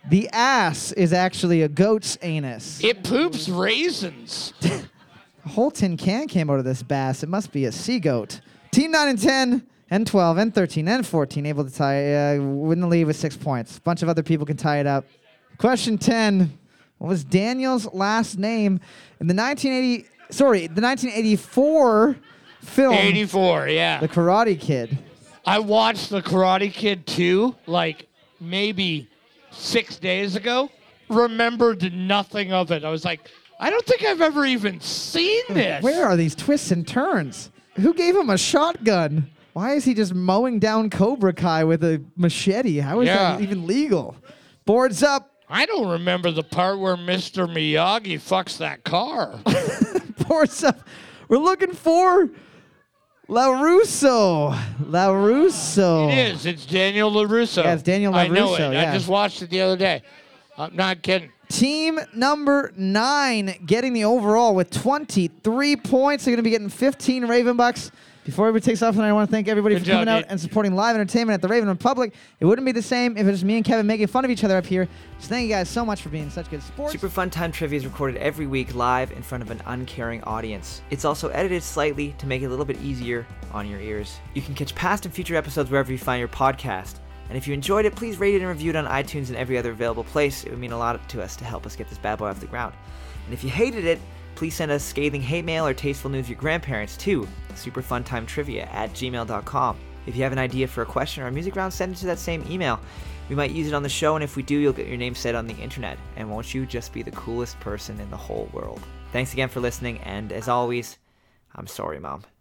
Speaker 2: the ass is actually a goat's anus.
Speaker 3: It poops raisins.
Speaker 2: A whole tin can came out of this bass. It must be a sea goat. Team 9 and 10 and 12 and 13 and 14 able to tie, uh, win the lead with six points. bunch of other people can tie it up. Question 10. What was Daniel's last name in the 1980, sorry, the 1984 film,
Speaker 3: 84, yeah.
Speaker 2: The Karate Kid?
Speaker 3: I watched The Karate Kid 2 like maybe six days ago. Remembered nothing of it. I was like, I don't think I've ever even seen this.
Speaker 2: Where are these twists and turns? Who gave him a shotgun? Why is he just mowing down Cobra Kai with a machete? How is that
Speaker 3: Yeah.
Speaker 2: even legal? Boards up,
Speaker 3: I don't remember the part where Mr. Miyagi fucks that car.
Speaker 2: for some. We're looking for LaRusso. LaRusso.
Speaker 3: It is. It's Daniel LaRusso.
Speaker 2: Oh. Yeah, it's Daniel
Speaker 3: I know it.
Speaker 2: LaRusso, yeah.
Speaker 3: I just watched it the other day. I'm not kidding.
Speaker 2: Team number nine getting the overall with 23 points. They're going to be getting 15 Raven Bucks. Before everybody takes off tonight, I want to thank everybody
Speaker 3: Good
Speaker 2: for
Speaker 3: job,
Speaker 2: coming out
Speaker 3: dude.
Speaker 2: and supporting live entertainment at the Raven Republic. It wouldn't be the same if it was me and Kevin making fun of each other up here. So thank you guys so much for being such good sports.
Speaker 1: Super Fun Time Trivia is recorded every week live in front of an uncaring audience. It's also edited slightly to make it a little bit easier on your ears. You can catch past and future episodes wherever you find your podcast. And if you enjoyed it, please rate it and review it on iTunes and every other available place. It would mean a lot to us to help us get this bad boy off the ground. And if you hated it, please send us scathing hate mail or tasteful news of your grandparents to superfuntimetrivia at gmail.com. If you have an idea for a question or a music round, send it to that same email. We might use it on the show, and if we do, you'll get your name said on the internet. And won't you just be the coolest person in the whole world? Thanks again for listening, and as always, I'm sorry, Mom.